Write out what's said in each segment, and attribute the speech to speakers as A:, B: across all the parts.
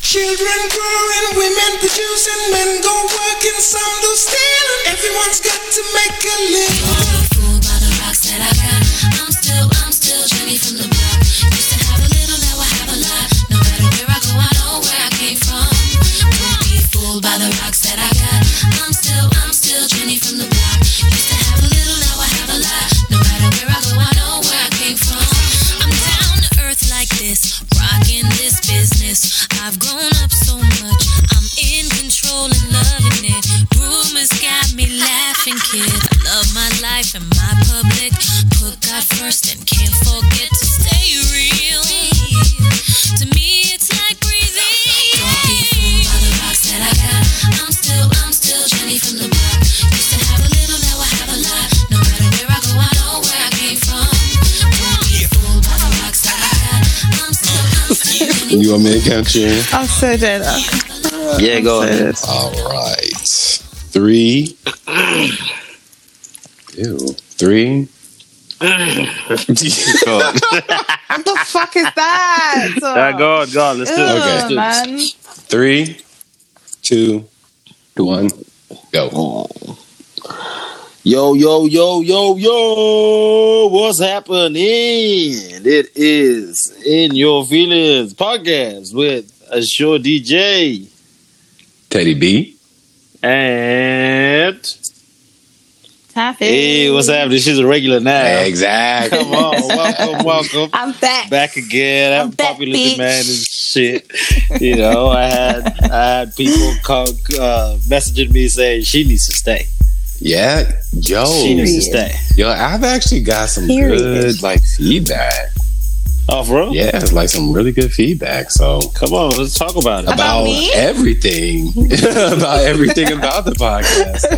A: Children growing, women producing, men go working, some do stealing. Everyone's got to make a living.
B: Fooled by the rocks that I got. I'm still, I'm still Jenny from the block. Used to have a little, now I have a lot. No matter where I go, I know where I came from. Don't be fooled by the rocks that I got. I'm still, I'm still Jenny from the block. Used to have a little, now I have a lot. No matter where I go, I know where I came from. I'm down to earth like this, rocking this business. I've grown up so much. I'm in control and loving it. Rumors got me laughing, kid. I love my life and my public. Put God first and can't forget to stay real. To me, it's like breathing. Don't be fooled by the rocks that I got. I'm still, I'm still Jenny from the block. Used to have a little, now I have a lot. No matter where I go, I know where I came from. Don't be fooled by the rocks that I got. I'm still, I'm still Jenny
C: You want me to continue?
D: I'm so dead. I'm
E: Yeah, go
D: so dead.
E: ahead.
C: All right. Three. Ew. Three.
E: Go on.
D: What the fuck is that?
E: Uh, go on, go on. Let's do it.
C: Okay.
D: Ew,
E: Let's do it.
D: man.
C: Three, two, one, go.
E: Yo, yo, yo, yo, yo. What's happening? It is In Your Feelings podcast with a sure DJ
C: Teddy B.
E: and.
D: Taffy.
E: Hey, what's happening? She's a regular now.
C: Exactly.
E: Come on, welcome, welcome.
D: I'm back.
E: Back again. I'm,
D: back,
E: popular demand and
D: bitch.
E: shit. You know, I had I had people call, uh, messaging me saying she needs to stay.
C: Yeah. Yo.
E: She needs to
D: Period.
E: stay.
C: Yo, I've actually got some
D: Period.
C: good like feedback.
E: Oh, for real?
C: Yeah, it's like some really good feedback. So
E: Come on, let's talk about it.
C: about,
D: me?
C: everything, about everything about the podcast. So,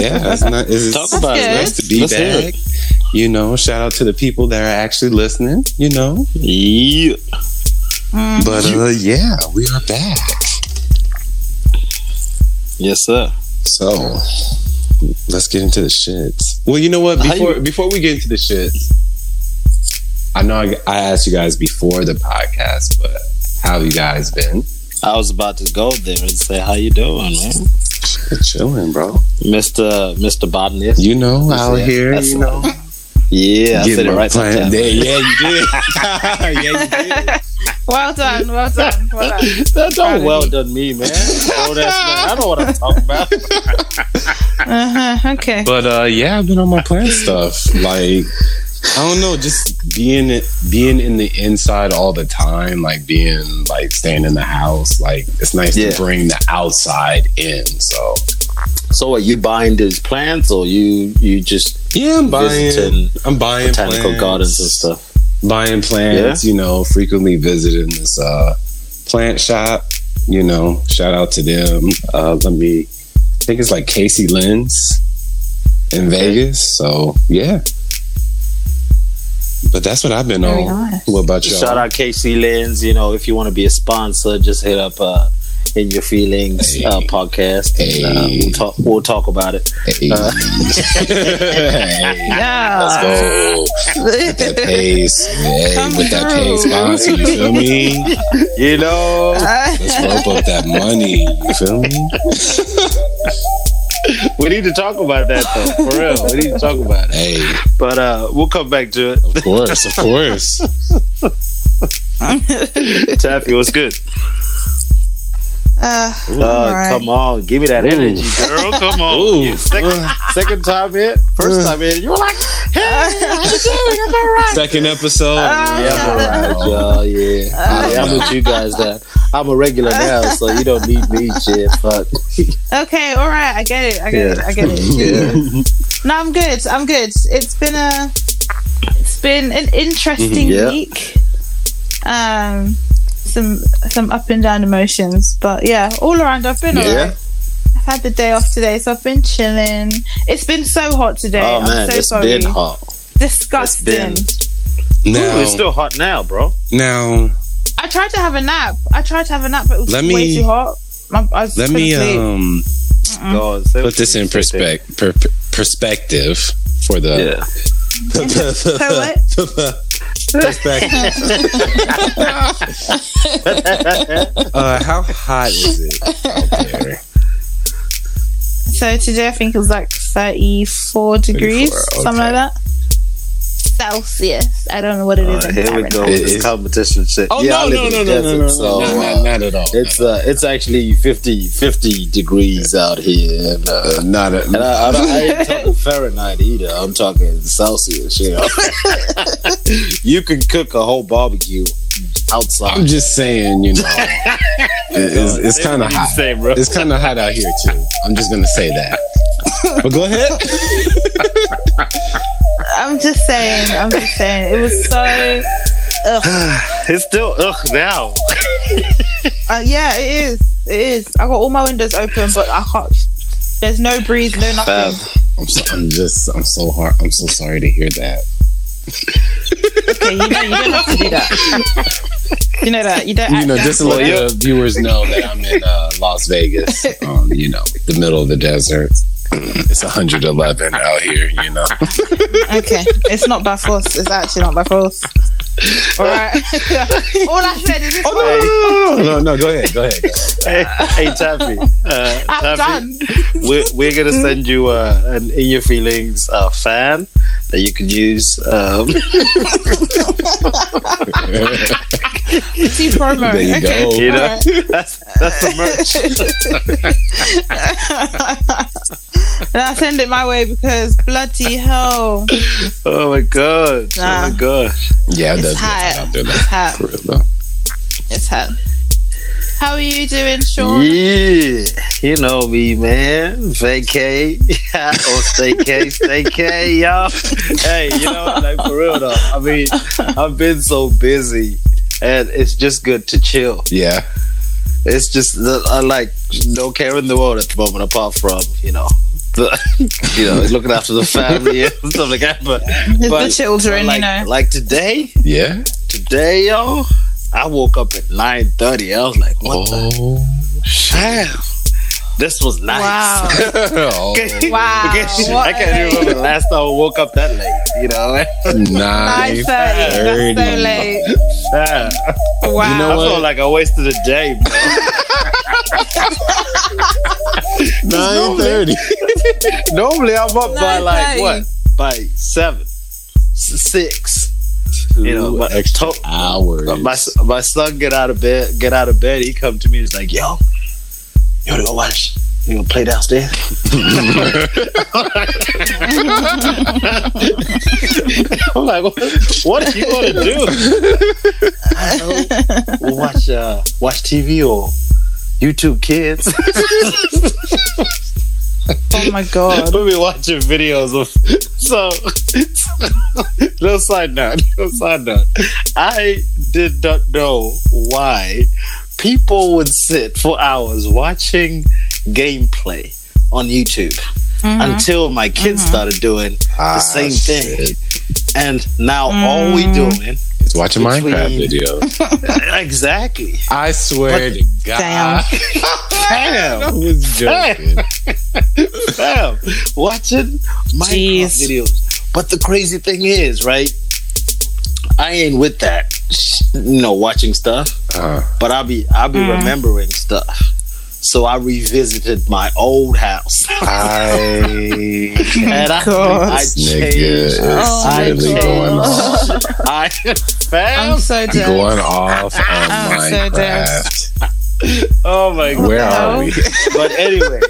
C: yeah, it's, not, it's,
E: Talk
C: it's
E: about
D: it,
C: nice to
E: man.
C: be
E: Let's hear
C: back. You know, shout out to the people that are actually listening. You know,
E: Yeah. Mm-hmm.
C: but uh, yeah, we are back.
E: Yes, sir.
C: So let's get into the shits. Well, you know what?
E: How
C: Before before we get into the shits, I know I, I asked you guys before the podcast, but how have you guys been?
E: I was about to go there and say, "How you doing, man,
C: Chilling, bro.
E: Mister Mister Botanist?"
C: You know, out
E: Yeah,
C: here,
E: that's-
C: you know.
E: Yeah, I
C: Get
E: said it
C: my
E: right.
C: plant
E: sometime.
C: there. Yeah, you did. yeah, you did.
D: Well done. Well done. Well done.
E: That don't well done me, man. Old ass man. I know what I'm talking about.
D: Uh-huh. Okay.
C: But uh, yeah, I've been on my plant stuff. Like, I don't know, just being being in the inside all the time, like being like staying in the house. Like, it's nice
E: Yeah.
C: to bring the outside in. So
E: So, are you buying these plants, or you you just
C: yeah, I'm
E: Visiting
C: buying. I'm buying
E: botanical
C: plants,
E: gardens and stuff?
C: Buying plants. You know, frequently visiting this uh, plant shop. You know, shout out to them. Uh, let me. I think it's like Casey Lens in Vegas. So yeah. But that's what I've been
D: Very
C: on.
D: nice.
C: What about y'all?
E: Shout out KC Lens. You know, if you want to be a sponsor, just hit up uh, in your feelings
C: Hey.
E: uh, podcast, and uh,
C: Hey.
E: we'll talk. We'll talk about it.
C: Hey. Hey,
D: Yeah.
C: go. With that pace. Hey,
D: Come
C: with that pace
D: through.
C: sponsor, you feel me?
E: You know,
C: Let's rope up that money. You feel me?
E: we need to talk about that though, for real. We need to talk about it.
C: Hey,
E: But uh, we'll come back to it.
C: of course, of course.
E: Taffy, what's good?
D: Uh,
E: Uh,
D: all right.
E: Come on, give me that energy, girl. Come on.
C: Oh,
E: You Second, second time in, first time in, you were like,
C: Second episode.
D: Uh,
E: yeah, all right, y'all, yeah. yeah. I'm with you guys. That I'm a regular now, so you don't need me, shit. Fuck.
D: Okay, all right, I get it. I get it. I get it. No, I'm good. I'm good. It's been a it's been an interesting
E: Mhm. Yeah.
D: week. Um some some up and down emotions, but yeah, all around I've been
E: Yeah.
D: alright. I've had the day off today, so I've been chilling. It's been so hot today.
E: Oh
D: I'm
E: man,
D: so
E: it's
D: sorry.
E: been hot.
D: Disgusting.
E: it's Ooh,
C: Now,
E: it's still hot now, bro.
C: now,
D: I tried to have a nap. I tried to have a nap, but it was
C: Let
D: way
C: me-
D: too hot. My, I just
C: let me
D: couldn't sleep.
C: um
D: Mm.
E: Go on, say
C: put
E: what
C: this
E: you
C: in
E: say.
C: perspective per, perspective for the
E: Yeah.
D: so what?
C: It's back. uh, how hot is it out there?
D: So today I think it was like 34 degrees,
C: 34,
D: something like
C: okay.
D: that. Celsius. I don't know what it is.
F: Uh,
D: in
F: here we
D: Fahrenheit.
F: go with this
C: It's-
F: competition shit.
C: Oh
F: yeah, I
C: no,
F: live
C: no,
F: in
C: no,
F: the
C: no,
F: desert,
C: no, no,
F: so,
C: no,
F: uh,
C: no, not at all.
F: It's uh, it's actually 50, 50 degrees out here, and, uh,
C: Uh, not at
F: and I, I, don't, I ain't talking Fahrenheit either. I'm talking Celsius. You know, you can cook a whole barbecue outside.
C: I'm just saying, you know, it- it's, it's kind of hot.
E: Say, bro.
C: It's kind of hot out here too. I'm just gonna say that. But go ahead.
D: I'm just saying. I'm just saying. It was so. Ugh.
E: It's still ugh now.
D: Uh, yeah, it is. It is. I got all my windows open, but I can't. There's no breeze, no nothing.
C: I'm, so, I'm just. I'm so hard. I'm so sorry to hear that.
D: Okay, you know you don't have to do that. You know that you don't.
C: You know,
D: act
C: just to let the viewers know that I'm in uh, Las Vegas. Um, you know, the middle of the desert. It's 111 out here. You know.
D: Okay, it's not by force. It's actually not by force. All right. All I said is it's fine.
C: no, Oh, no, no, go ahead. Go ahead.
E: hey, hey Taffy. Uh,
D: I'm
E: Taffy,
D: done.
E: we're, we're gonna send you uh, an in your feelings uh, fan that you could use. Um,
D: See promo.
C: There you
D: okay.
C: go.
E: you know,
D: Alright.
E: that's that's the merch.
D: Now send it my way because bloody hell,
E: Oh my god! Oh
D: Nah.
E: my gosh!
C: Yeah, it
D: It's
C: does get
D: hot.
C: hot out there.
D: it's hot.
C: For real, though.
D: It's hot. How are you doing, Sean?
E: Yeah, you know me, man. Vacay or staycay, staycay, y'all. Hey, you know, like for real though. I mean, I've been so busy, and it's just good to chill.
C: Yeah.
E: It's just that I like no care in the world at the moment, apart from you know, the, you know, looking after the family and stuff like that. But,
D: The-
E: but-
D: the children,
E: like,
D: you know.
E: like today,
C: Yeah.
E: today, yo, I woke up at nine thirty. I was like, what the
C: Oh.
E: hell? This was nice.
D: Wow.
C: oh.
D: Wow.
E: Because
D: What
E: I can't
D: a-
E: even remember the last time I woke up that late. You know,
C: Oh, Nine
D: 9:30, That's so late.
E: Yeah.
D: Wow.
C: You know
E: I feel
C: what?
E: like I wasted a day. Bro.
C: Nine thirty.
E: Normally I'm up by
D: Nine
E: like
D: thirty.
E: what? By seven, S- six. You know, but
C: extra
E: to-
C: hours.
E: my s- my son get out of bed. Get out of bed. He come to me. He's like, "Yo, you wanna go watch? You gonna play downstairs?" I'm like, "What, what are you gonna do? I don't know. We'll watch uh, watch TV or YouTube Kids.
D: Oh my god.
E: We'll be watching videos of so. little side note. Little side note. I did not know why people would sit for hours watching gameplay on YouTube until my kids started doing
C: Ah,
E: the same thing. And now all we doing
C: It's watching
E: Between-
C: Minecraft videos.
E: exactly.
C: I swear to God.
D: Damn.
E: Damn.
C: I was joking.
E: Damn, watching Minecraft
D: Jeez.
E: videos. But the crazy thing is, right? I ain't with that, sh- you know, watching stuff.
C: Uh,
E: But I'll be, I'll be
D: Mm.
E: remembering stuff. So I revisited my old house,
C: I.
E: and I,
D: God.
E: I
C: This nigga is
E: changed.
D: Oh,
E: I
C: really
E: changed.
C: going off.
D: I'm
E: I fam.
D: so dead.
C: Going off on
D: I'm Oh, so
C: Minecraft.
E: Oh my god!
C: Where
D: the
C: are we?
E: But anyway,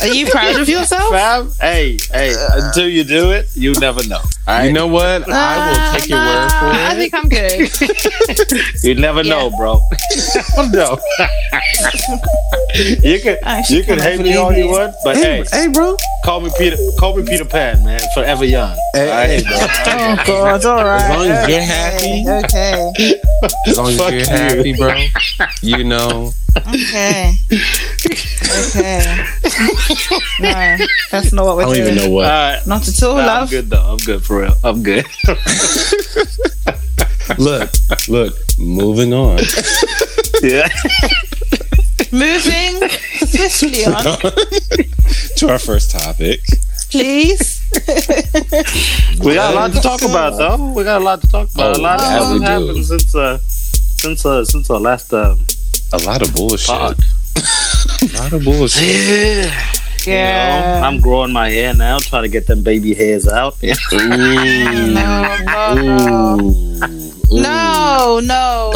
D: Are you proud of yourself?
E: fam. Hey, hey. Until you do it, you never know.
C: You know what?
D: Ah,
C: I will take your word for it.
D: Uh, I think I'm good.
E: You never know, bro. no. you can
D: Actually,
E: you can
D: kinda
E: hate me all
D: believe
E: you
D: it.
E: want, but hey,
C: hey, bro.
E: call me Peter call me Peter Pan, man. Forever young.
C: Hey,
E: All right,
C: hey,
E: bro.
D: Oh god, all right.
C: As long as you're
D: Okay,
C: happy,
D: okay,
C: as long as
E: Fuck
C: you're
E: you.
C: happy, bro. You know,
D: okay, okay. No, that's not what
C: I
D: we're
C: don't
D: doing.
C: even know what.
E: Alright.
D: Not at all,
E: Nah, I'm
D: love.
E: good though. I'm good for real. I'm good.
C: look, look. Moving on.
E: yeah.
D: Moving swiftly on,
C: to our first topic.
D: please.
E: We got a lot to talk about, though. We got a lot to talk about.
C: Oh,
E: a lot
C: yeah,
E: has
C: we do.
E: happened since uh, since uh, since our last um,
C: A lot of bullshit.
E: pod.
C: A lot of bullshit.
E: Yeah,
D: Yeah.
E: I'm growing my hair now, trying to get them baby hairs out. Yeah.
D: No, no, no, no, no,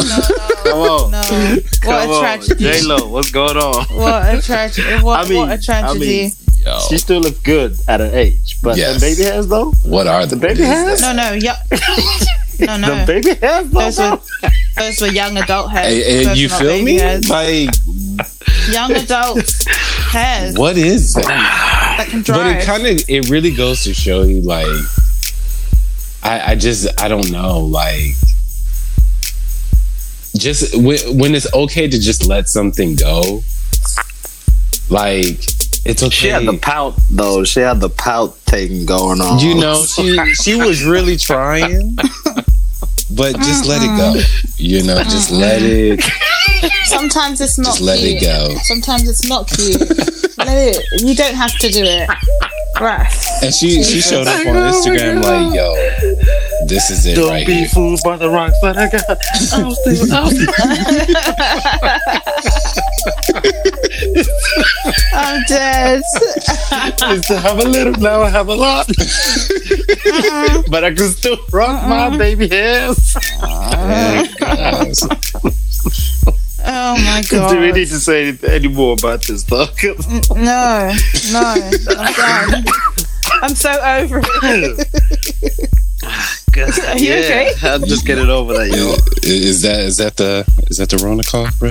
E: Come on,
D: no. What
E: come
D: a
E: on, J
D: tragedy!
E: Lo, what's going on?
D: What a tragedy! What,
E: I mean-
D: what a tragedy!
E: I mean, She still looks good at her age, but
C: Yes.
E: the baby hairs though.
C: What are the,
E: baby hairs?
D: no, no, yeah, no,
E: The
D: no.
E: baby hairs though.
D: Those were those were young adult hairs.
C: Hey, hey,
D: Those
C: you
D: were not
C: feel
D: baby
C: me?
D: hairs.
C: Like,
D: Young adult hairs
C: what is that?
D: that can
C: But it
D: dry.
C: kind of, it really goes to show you, like, I, I just, I don't know, like, just when, when it's okay to just let something go, like, it's okay.
F: She had the pout though. She had the pout thing going on.
C: you know, she she was really trying, but just let it go. You know, just let it,
D: Sometimes it's not.
C: just let
D: cute.
C: it go.
D: Sometimes it's not cute. let it. You don't have to do it. Right.
C: And she she "Oh showed up on Instagram like, yo, this is it
E: Don't
C: right
E: be
C: here.
E: fooled by the rocks that I got. I'm still out.
D: I'm Oh, dead.
E: is to have a little, now I have a lot. but I can still rock my
D: Uh-uh.
E: baby hairs.
C: Yes.
D: Oh my
E: Do we
D: god.
E: need to say anyth- any more about this though? 'Cause
D: No, no. I'm done. I'm so over it. Are you okay?
E: I'm just getting over that, yo.
C: I- Is that is that the is that the Rona call, bro?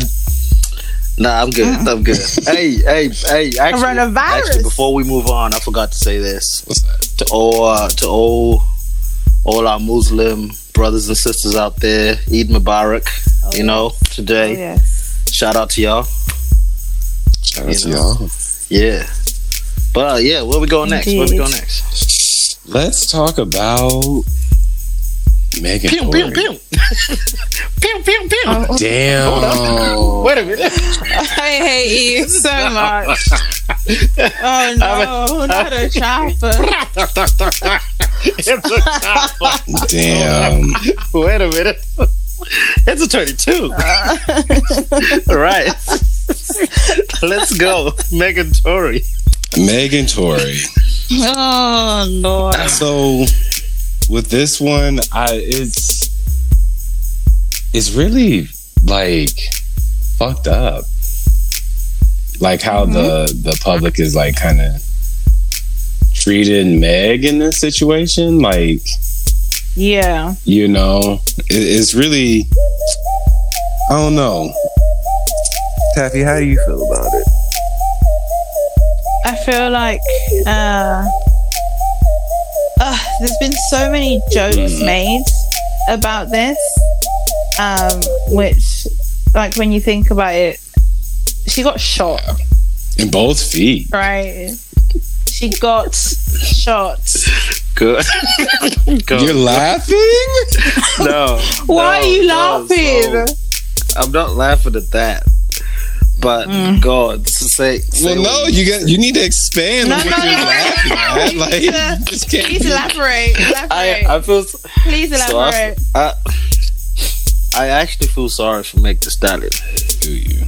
E: Nah, I'm good. I'm good. hey, hey, hey! Actually,
D: Uh-uh. Coronavirus.
E: actually, before we move on, I forgot to say this
C: What's that?
E: to all uh, to all all our Muslim brothers and sisters out there. Eid Mubarak. you know,
D: Oh,
E: today.
D: yes.
E: Shout out to y'all.
C: Shout out to
E: You know.
C: y'all.
E: Yeah. But uh, yeah, where we going next? Where we
D: Indeed.
E: going next?
C: Let's talk about Megan.
E: Pew, pew,
C: Tory.
E: pew. pew, pew, pew.
C: Damn.
E: Wait a minute.
D: I hate you so much. Oh no, not a chopper.
E: It's a chopper.
C: Damn.
E: Wait a minute. It's a 22. All right. Let's go. Megan Tory.
C: Megan Tory.
D: Oh lord.
C: So with this one, I it's it's really like fucked up. Like how
D: Mm-hmm.
C: the the public is like kind of treated Meg in this situation. Like
D: Yeah.
C: you know, it, it's really I don't know. Taffy, how do you feel about it?
D: I feel like uh, uh, there's been so many jokes
E: Mm.
D: made about this, um, which, like, when you think about it, she got shot,
C: In both feet.
D: right? She got shot.
E: Good. Go.
C: You're laughing?
E: no.
D: Why
E: no,
D: are you
E: no,
D: laughing?
E: so- I'm not laughing at that. But
D: Mm.
E: God, say, say
C: Well, no, you got you need to expand
D: No,
C: on
D: no,
C: what
D: no,
C: you're
D: no,
C: laughing at.
D: no.
C: Like,
D: Yeah.
C: just can't
D: Please
C: be-
D: elaborate.
E: I,
D: elaborate.
E: I feel s-
D: Please
E: so I-
D: elaborate.
E: I, I actually feel sorry for Meg the Stallion.
C: Do you?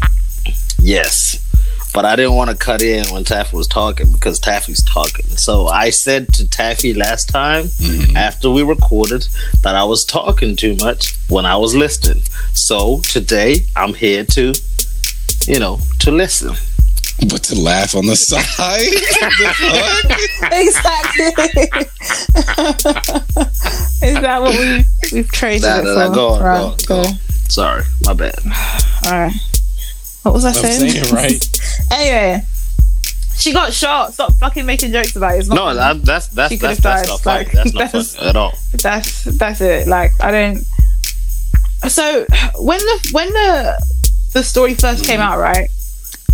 E: Yes. But I didn't want to cut in when Taffy was talking because Taffy's talking. So I said to Taffy last time after we recorded that I was talking too much when I was listening. So today I'm here to, you know, to listen.
C: But to laugh on the side? The fuck?
D: exactly. Is that what we we've traded
E: Nah,
D: it
E: nah,
D: for?
E: nah, go on, go
D: right,
E: on, go
D: cool.
E: on. Sorry, my bad.
D: All right. What was I
C: I'm
D: saying?
C: saying, right?
D: Anyway, she got shot. Stop fucking making jokes about it. It's not
E: No, I, that's that's
D: She
E: that's,
D: could've
E: that's
D: died,
E: not funny.
D: like,
E: that's not
D: that's-
E: funny at all.
D: that's that's it. Like I don't. So when the when the the story first
E: Mm.
D: came out, right?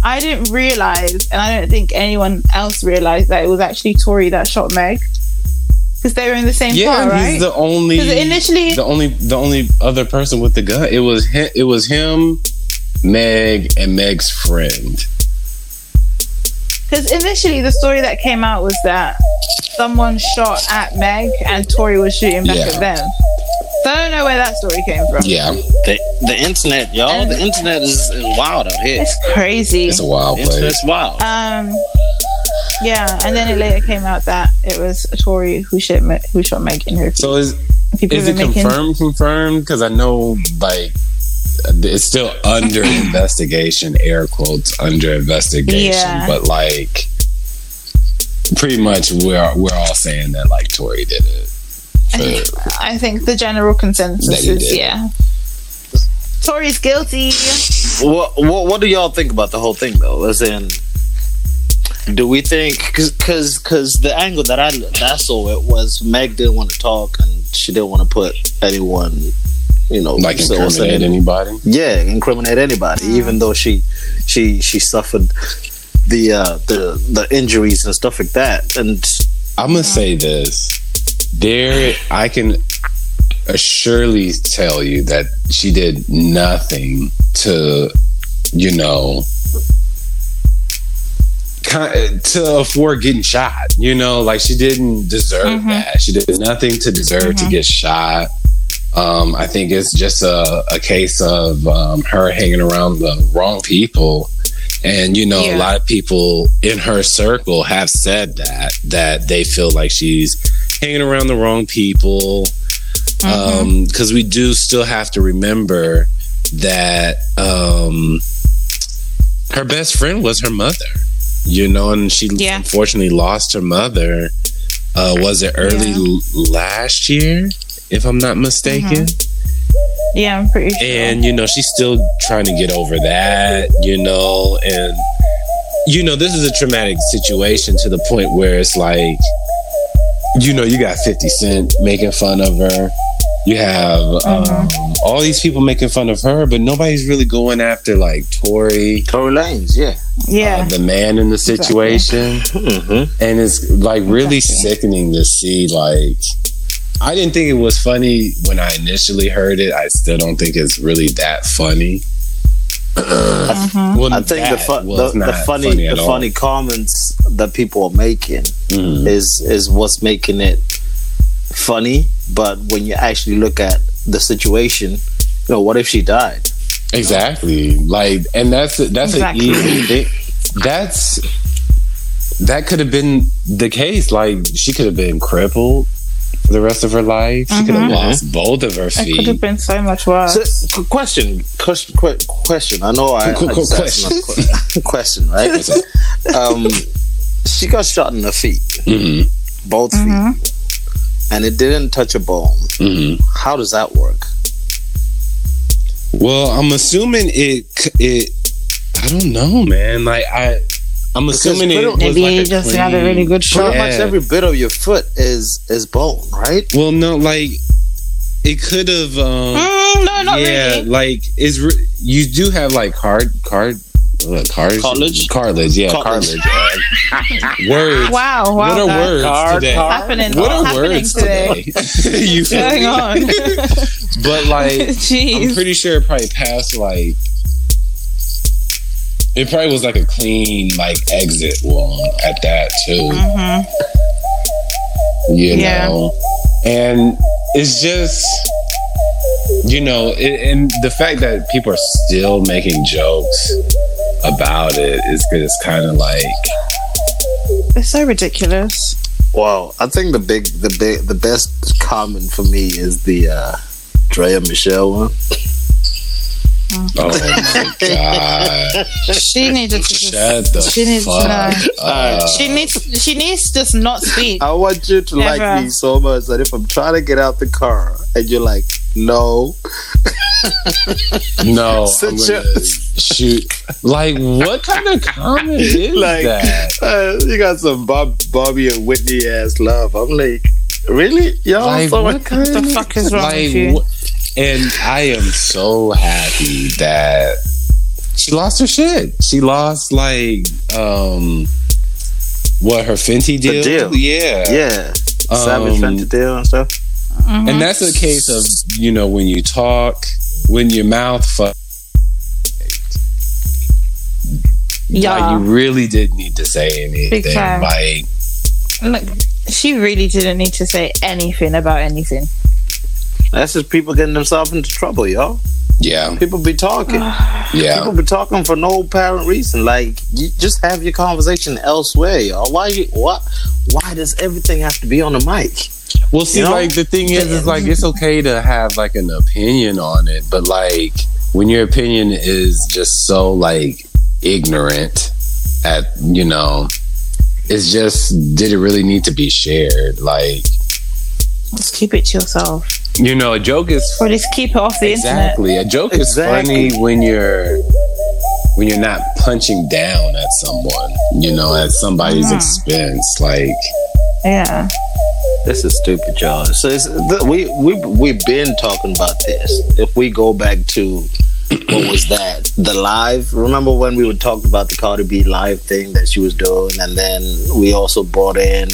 D: I didn't realize, and I don't think anyone else realized that it was actually Tori that shot Meg because they were in the same car,
C: Yeah,
D: right?
C: he's the only
D: 'Cause initially-
C: the only the only other person with the gun. It was him, it was him, Meg, and Meg's friend.
D: Because initially, the story that came out was that someone shot at Meg and Tori was shooting back
C: Yeah.
D: at them. So I don't know where that story came from.
C: Yeah,
E: The, the internet, y'all. The internet is, is wild out here.
D: It's crazy.
C: it's a wild
E: The
C: place.
E: internet's wild.
D: Um, yeah, and then it later came out that it was Tori who shot Me- who shot Meg in her. feet.
C: So is
D: People
C: is
D: were
C: it confirmed? Confirmed? Because I know like it's still under investigation. Air quotes under investigation.
D: Yeah.
C: But like, pretty much we're we're all saying that like Tori did it.
D: I think, I think the general
C: That
D: consensus
C: he
D: is
C: did.
D: yeah. Tori's guilty.
E: What, what what do y'all think about the whole thing though? As in, do we think because because the angle that I that I saw it was Meg didn't want to talk and she didn't want to put anyone, you know,
C: Like
E: so I'm
C: incriminate
E: saying-
C: anybody.
E: yeah, incriminate anybody, even though she she she suffered the uh the the injuries and stuff like that. And
C: I'm gonna say this. There, I can surely tell you that she did nothing to, you know, ki- to afford getting shot. You know, like she didn't deserve that. She did nothing to deserve to get shot. Um, I think it's just a, a case of um, her hanging around the wrong people. And you know, a
D: Yeah.
C: lot of people in her circle have said that that they feel like she's hanging around the wrong people. Um, 'cause because we do still have to remember that um her best friend was her mother. You know, and she
D: Yeah.
C: unfortunately lost her mother. Uh, was it early
D: Yeah.
C: l- last year, if I'm not mistaken?
D: Mm-hmm. Yeah, I'm pretty sure.
C: and you know she's still trying to get over that you know and you know this is a traumatic situation to the point where it's like you know you got 50 cent making fun of her you have
D: Mm-hmm.
C: um, all these people making fun of her but nobody's really going after like tori
E: Tory Lanez, yeah,
D: yeah.
C: uh, the man in the
D: Exactly.
C: situation. And it's like really sickening to see. Like, I didn't think it was funny when I initially heard it. I still don't think it's really that funny. Well,
E: Mm-hmm. I think the,
C: that
E: fu- the,
C: was
E: the
C: not
E: funny,
C: at
E: the
C: all.
E: funny comments that people are making
C: Mhm.
E: is is what's making it funny. But when you actually look at the situation, you know, what if she died?
C: Exactly. Like, and that's that's
D: Exactly.
C: an easy thing. That's that could have been the case. Like, she could have been crippled for the rest of her life. She
D: Mm-hmm.
C: could have lost both of her
D: It could have
C: feet.
D: been so much worse.
E: So, qu- question, question, qu- question. I know I,
C: Qu-
E: I
C: qu-
E: just asked my que- question, right? um, she got shot in the feet,
C: hmm
E: both feet, and it didn't touch a bone.
C: hmm
E: How does that work?
C: Well, I'm assuming it. c- It. I don't know, man. Like I, I'm assuming it.
E: pretty-
C: Was
D: Maybe
C: like
D: he
C: a
D: just
C: clean-
D: had a really good shot.
E: Pretty much
C: Yeah.
E: every bit of your foot is is bone, right?
C: Well, no, like it could have. Um,
D: Mm, no, not
C: yeah,
D: really.
C: like is re- you do have like card card. Uh, card-
E: Cartilage?
C: cartilage, yeah,
E: Cartilage.
C: cartilage. words.
D: Wow, wow.
C: what are
D: guys.
C: words
E: Card-
C: today?
E: card-
D: Happening.
C: What
D: all
C: are
D: happening
C: words
D: today?
C: today? you
D: What's
C: feel me?
D: going on?
C: But like, I'm
D: Jeez.
C: pretty sure it probably passed like it probably was like a clean like exit wound at that too.
D: Mm-hmm.
C: You
D: Yeah.
C: know, and it's just you know, it, and the fact that people are still making jokes about it is it's kind of like
D: It's so ridiculous.
E: Wow, I think the big, the big, the best comment for me is the uh Drea Michelle one.
C: oh my god,
D: She needed to just.
C: shut the
D: She needs to
C: fuck Uh,
D: know.
C: up.
D: She needs. She needs to just not speak.
E: I want you to
D: Ever.
E: like me so much that if I'm trying to get out the car and you're like, no,
C: No,
E: Sit
C: I'm
E: your-
C: gonna shoot. Like, what kind of comment is
E: Like-
C: that?
E: uh, you got some Bob, Bobby and Whitney ass love. I'm like, really, y'all?
C: Like,
E: so
C: what kind
D: Oh, the
C: of
D: fuck is wrong with you?
C: wh- and I am so happy that she lost her shit. She lost like um, what her Fenty deal?
E: deal.
C: Yeah,
E: yeah,
C: Um,
E: Savage Fenty Deal and stuff.
C: And that's a case of you know when you talk, when your mouth fuck.
D: Yeah.
C: Like, you really did need to say anything.
D: Big time.
C: Like,
D: Look, she really didn't need to say anything about anything.
E: That's just people getting themselves into trouble, yo.
C: yeah,
E: People be talking.
C: yeah.
E: People be talking for no apparent reason. Like, you just have your conversation elsewhere, y'all. Why? You, why? Why does everything have to be on the mic?
C: Well, see,
E: You know?
C: like the thing is, is like it's okay to have like an opinion on it, but like when your opinion is just so like ignorant, at you know, it's just did it really need to be shared? Like
D: Just keep it to yourself,
C: you know, a joke is
D: or just keep it off the internet.
C: exactly a joke is
E: Exactly.
C: funny when you're when you're not punching down at someone, you know, at somebody's
D: Mhm.
C: expense, like.
D: Yeah,
E: This is stupid, y'all. So it's, th- we we we've been talking about this. If we go back to what was that? The live. Remember when we were talking about the Cardi B live thing that she was doing, and then we also brought in,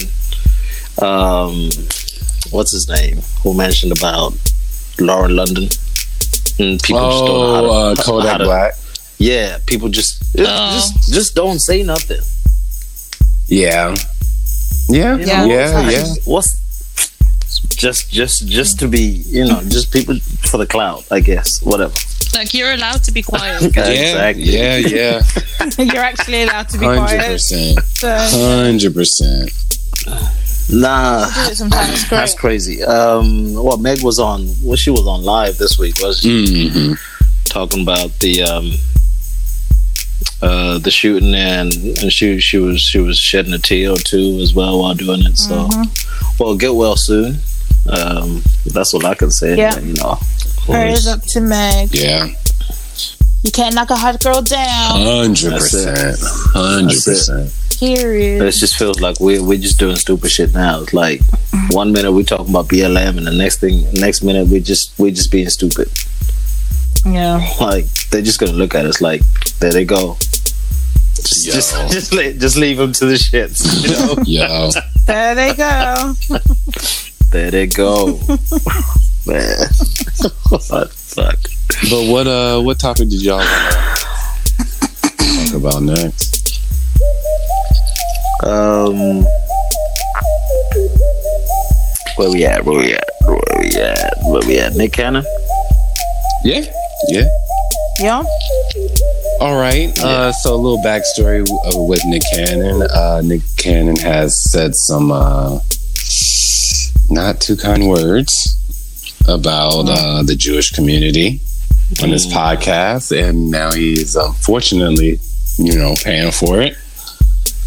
E: um, what's his name? Who mentioned about Lauren London? And people just don't know how to-
C: Oh, uh,
E: how
C: Kodak
E: to-
C: Black.
E: Yeah, people just just just don't say nothing.
C: Yeah. Yeah.
E: You
C: Yeah.
E: know,
C: Yeah.
E: it's like, What's just just just to be you know just people for the cloud I guess whatever.
G: Like you're allowed to be quiet.
C: Yeah. Yeah. Yeah.
D: you're actually allowed to be
C: Hundred
D: quiet.
C: percent.
D: So
C: Hundred percent.
E: Nah,
D: do it sometimes.
E: that's
D: Great.
E: crazy. Um, well, Meg was on. Well, she was on live this week. Was she
C: Mm-hmm.
E: talking about the um uh the shooting and and she she was she was shedding a tear or two as well while doing it. So,
D: Mm-hmm.
E: well, get well soon. Um, that's all I can say.
D: Yeah.
E: You know.
D: Hurry up to Meg.
C: Yeah.
D: You can't knock a hot girl down.
C: Hundred
E: That's it.
C: percent. Hundred percent.
E: But
D: Period.
E: it just feels like we're we're just doing stupid shit now. It's like one minute we talking about BLM and the next thing next minute we just we just being stupid.
D: Yeah.
E: Like they're just gonna look at us like there they go. Just
C: Yo.
E: just just, le- just leave them to the shits. You know
C: Yo.
D: There they go.
E: there they go. Man, what fuck?
C: But what uh what topic did y'all wanna talk about next?
E: Um, where we at? Where we at? Where we at? Where we at? Nick Cannon.
C: Yeah. Yeah.
D: Yeah.
C: All right. Uh, so a little backstory uh, with Nick Cannon. Uh, Nick Cannon has said some uh, not too kind words about
D: Mm.
C: uh, the Jewish community on his podcast, and now he's unfortunately, you know, paying for it.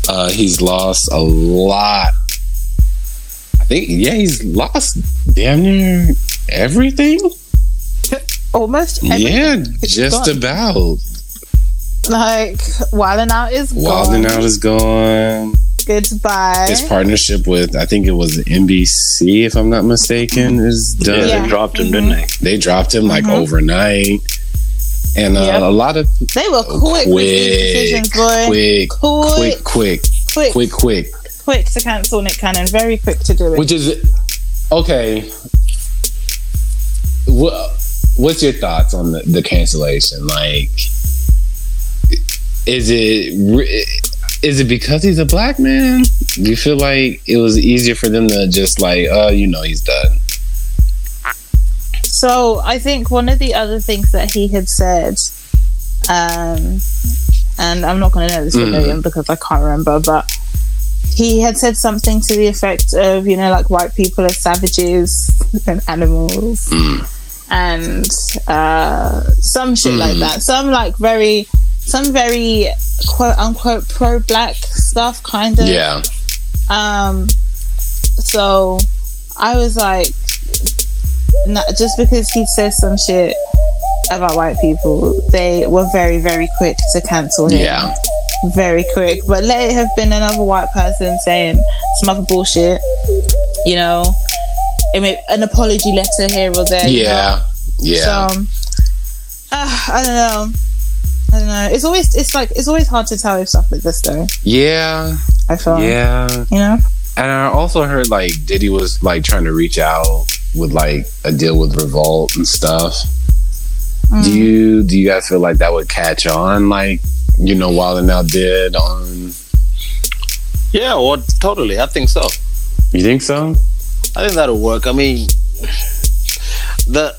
C: Uh, he's lost a lot. I think, yeah, he's lost damn near everything.
D: Almost. Every,
C: Yeah,
D: It's
C: just
D: gone.
C: about.
D: Like Wildin' Out is gone.
C: Wilding Out is gone.
D: Goodbye.
C: his partnership with I think it was NBC, if I'm not mistaken, is
E: Yeah,
C: done.
D: Yeah.
E: they dropped him, didn't they?
C: They dropped him like overnight, and uh,
D: Yep.
C: a lot of
D: they were quick, with these decisions, boy.
C: quick, quick,
D: Quick,
C: quick,
D: quick, quick,
C: quick, quick,
D: quick to cancel Nick Cannon. Very quick to do it.
C: which is okay. Wha what's your thoughts on the, the cancellation? Like, is it re- is it because he's a black man? Do you feel like it was easier for them to just like, oh, you know, he's done?
D: So I think one of the other things that he had said, um, and I'm not going to know this for William because I can't remember, but he had said something to the effect of, you know, like white people are savages and animals and uh, some shit like that. Some like very, some very quote unquote pro black stuff, kind of.
C: Yeah.
D: Um, so I was like, not, just because he says some shit about white people, they were very, very quick to cancel him.
C: Yeah.
D: Very quick. But let it have been another white person saying some other bullshit, you know, I mean, an apology letter here or there. you know?
C: Yeah. Yeah.
D: So, um, ah, I don't know. I don't know. It's always, it's like, it's always hard to tell with stuff like this, though.
C: yeah.
D: I feel,
C: Yeah.
D: you know?
C: And I also heard like Diddy was like trying to reach out with like a deal with
D: Mm. Mm-hmm.
C: Revolt and stuff. Do you do you guys feel like that would catch on like you know, Wildin' Out did on.
E: Yeah, or totally. I think so.
C: You think so?
E: I think that'll work. I mean, the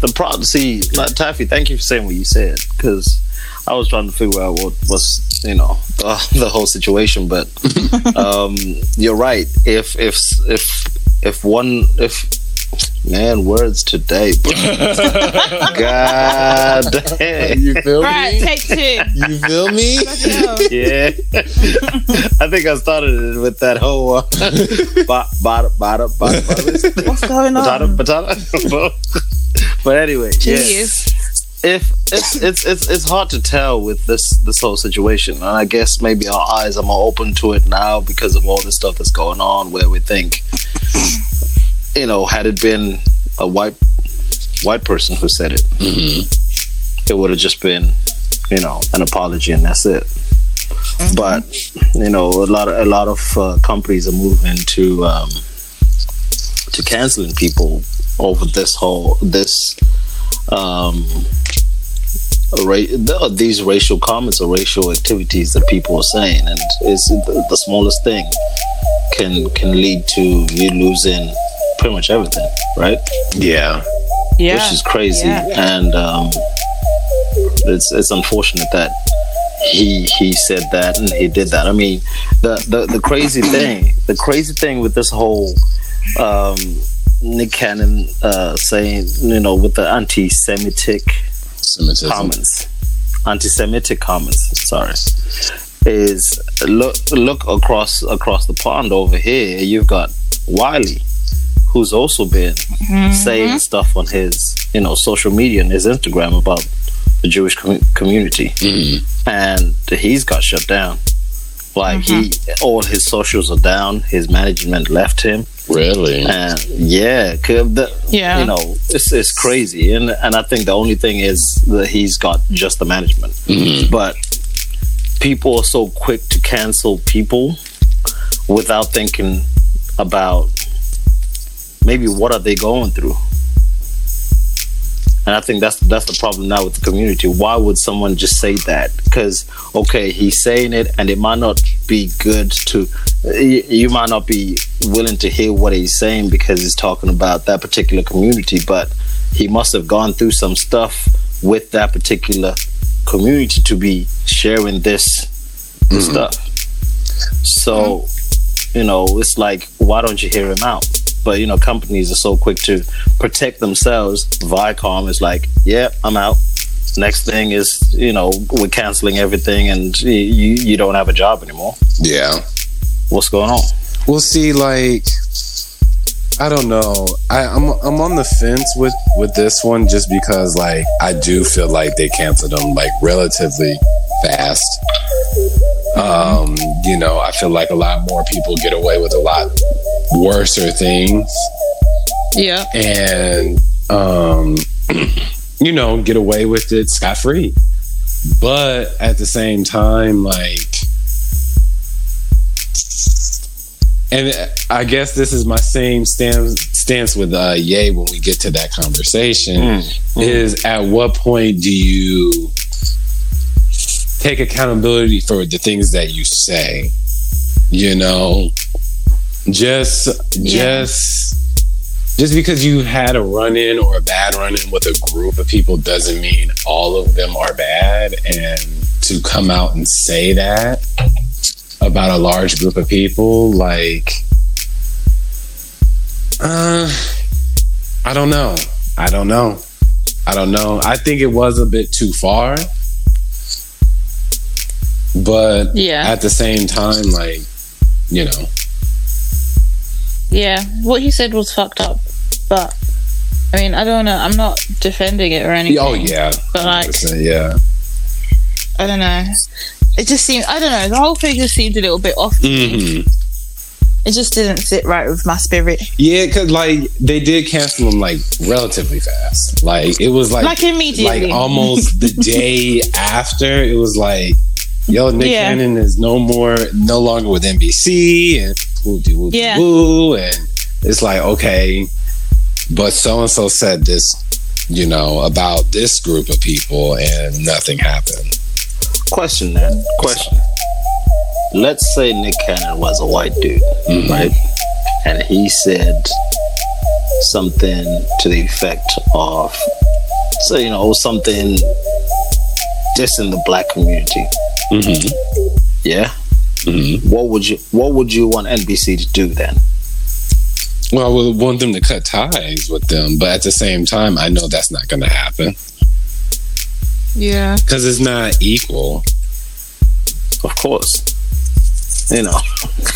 E: the problem. See, like, Taffy, thank you for saying what you said because I was trying to figure out what was you know the, the whole situation. But um, you're right. If if if if one if man words today, bro. God damn.
F: You feel
D: Right,
F: me?
D: take two.
F: You feel me?
D: No.
E: Yeah, I think I started it with that whole uh, ba- ba- ba- ba- ba-
D: What's going
E: potato,
D: on?
E: potato. I don't know. but anyway, yeah.
D: Jeez.
E: If it's, it's it's it's hard to tell with this this whole situation, and I guess maybe our eyes are more open to it now because of all the stuff that's going on. Where we think, you know, had it been a white white person who said it, it would have just been, you know, an apology and that's it. But you know, a lot of a lot of uh, companies are moving to um, to canceling people over this whole this um ra- the- these racial comments or racial activities that people are saying and it's the, the smallest thing can can lead to you losing pretty much everything right
C: Yeah.
D: Yeah.
E: which is crazy
D: Yeah.
E: and um it's it's unfortunate that he he said that and he did that i mean the the, the crazy thing the crazy thing with this whole um nick cannon uh saying you know with the anti-semitic
C: Semitism.
E: comments anti-semitic comments sorry is look look across across the pond over here you've got wiley who's also been saying stuff on his you know social media and his instagram about the jewish com- community and he's got shut down like he all his socials are down his management left him
C: Really?
E: and yeah, 'cause the,
D: Yeah.
E: you know, it's it's crazy, and and I think the only thing is that he's got just the management, but people are so quick to cancel people without thinking about maybe what are they going through. And I think that's that's the problem now with the community. Why would someone just say that? Because okay, he's saying it, and it might not be good to. y- You might not be willing to hear what he's saying because he's talking about that particular community. But he must have gone through some stuff with that particular community to be sharing this stuff. So, you know, it's like, why don't you hear him out? But you know, companies are so quick to protect themselves. Viacom is like, yeah, I'm out. Next thing is, you know, we're canceling everything, and y- you you don't have a job anymore.
C: Yeah.
E: What's going on?
C: Well, see, like, I don't know. I, I'm I'm on the fence with with this one just because, like, I do feel like they canceled them like relatively fast. Um, you know, I feel like a lot more people get away with a lot worser things
G: Yeah.
C: and um, you know get away with it scot free. But at the same time, like, and I guess this is my same stance stance with uh, Ye when we get to that conversation is at what point do you take accountability for the things that you say? You know, just just just because you had a run in or a bad run in with a group of people doesn't mean all of them are bad. And to come out and say that about a large group of people, like, uh, I don't know. I don't know. I don't know. I think it was a bit too far. But
G: Yeah.
C: at the same time, like, you know,
G: Yeah. What he said was fucked up. But, I mean, I don't know. I'm not defending it or anything.
C: oh, yeah.
G: But, like,
C: 100%, yeah.
G: I don't know.
D: it just seemed, I don't know, the whole thing just seemed a little bit off.
C: hmm
D: It just didn't sit right with my spirit.
C: Yeah, because like they did cancel them like relatively fast. Like it was like
D: Like, immediately.
C: like almost the day after. It was like, yo, Nick
D: Yeah.
C: Cannon is no more, no longer with NBC, and woo doo woo
D: Yeah.
C: woo, and it's like okay, but so and so said this, you know, about this group of people, and nothing happened.
E: Question then. Question. Let's say Nick Cannon was a white dude,
C: Mm-hmm,
E: right? And he said something to the effect of, so you know, something just in the black community.
C: Mhm.
E: Yeah.
C: mm-hmm.
E: What would you What would you want NBC to do then?
C: Well, I would want them to cut ties with them, but at the same time, I know that's not going to happen
G: Yeah.
C: because it's not equal.
E: Of course. You know,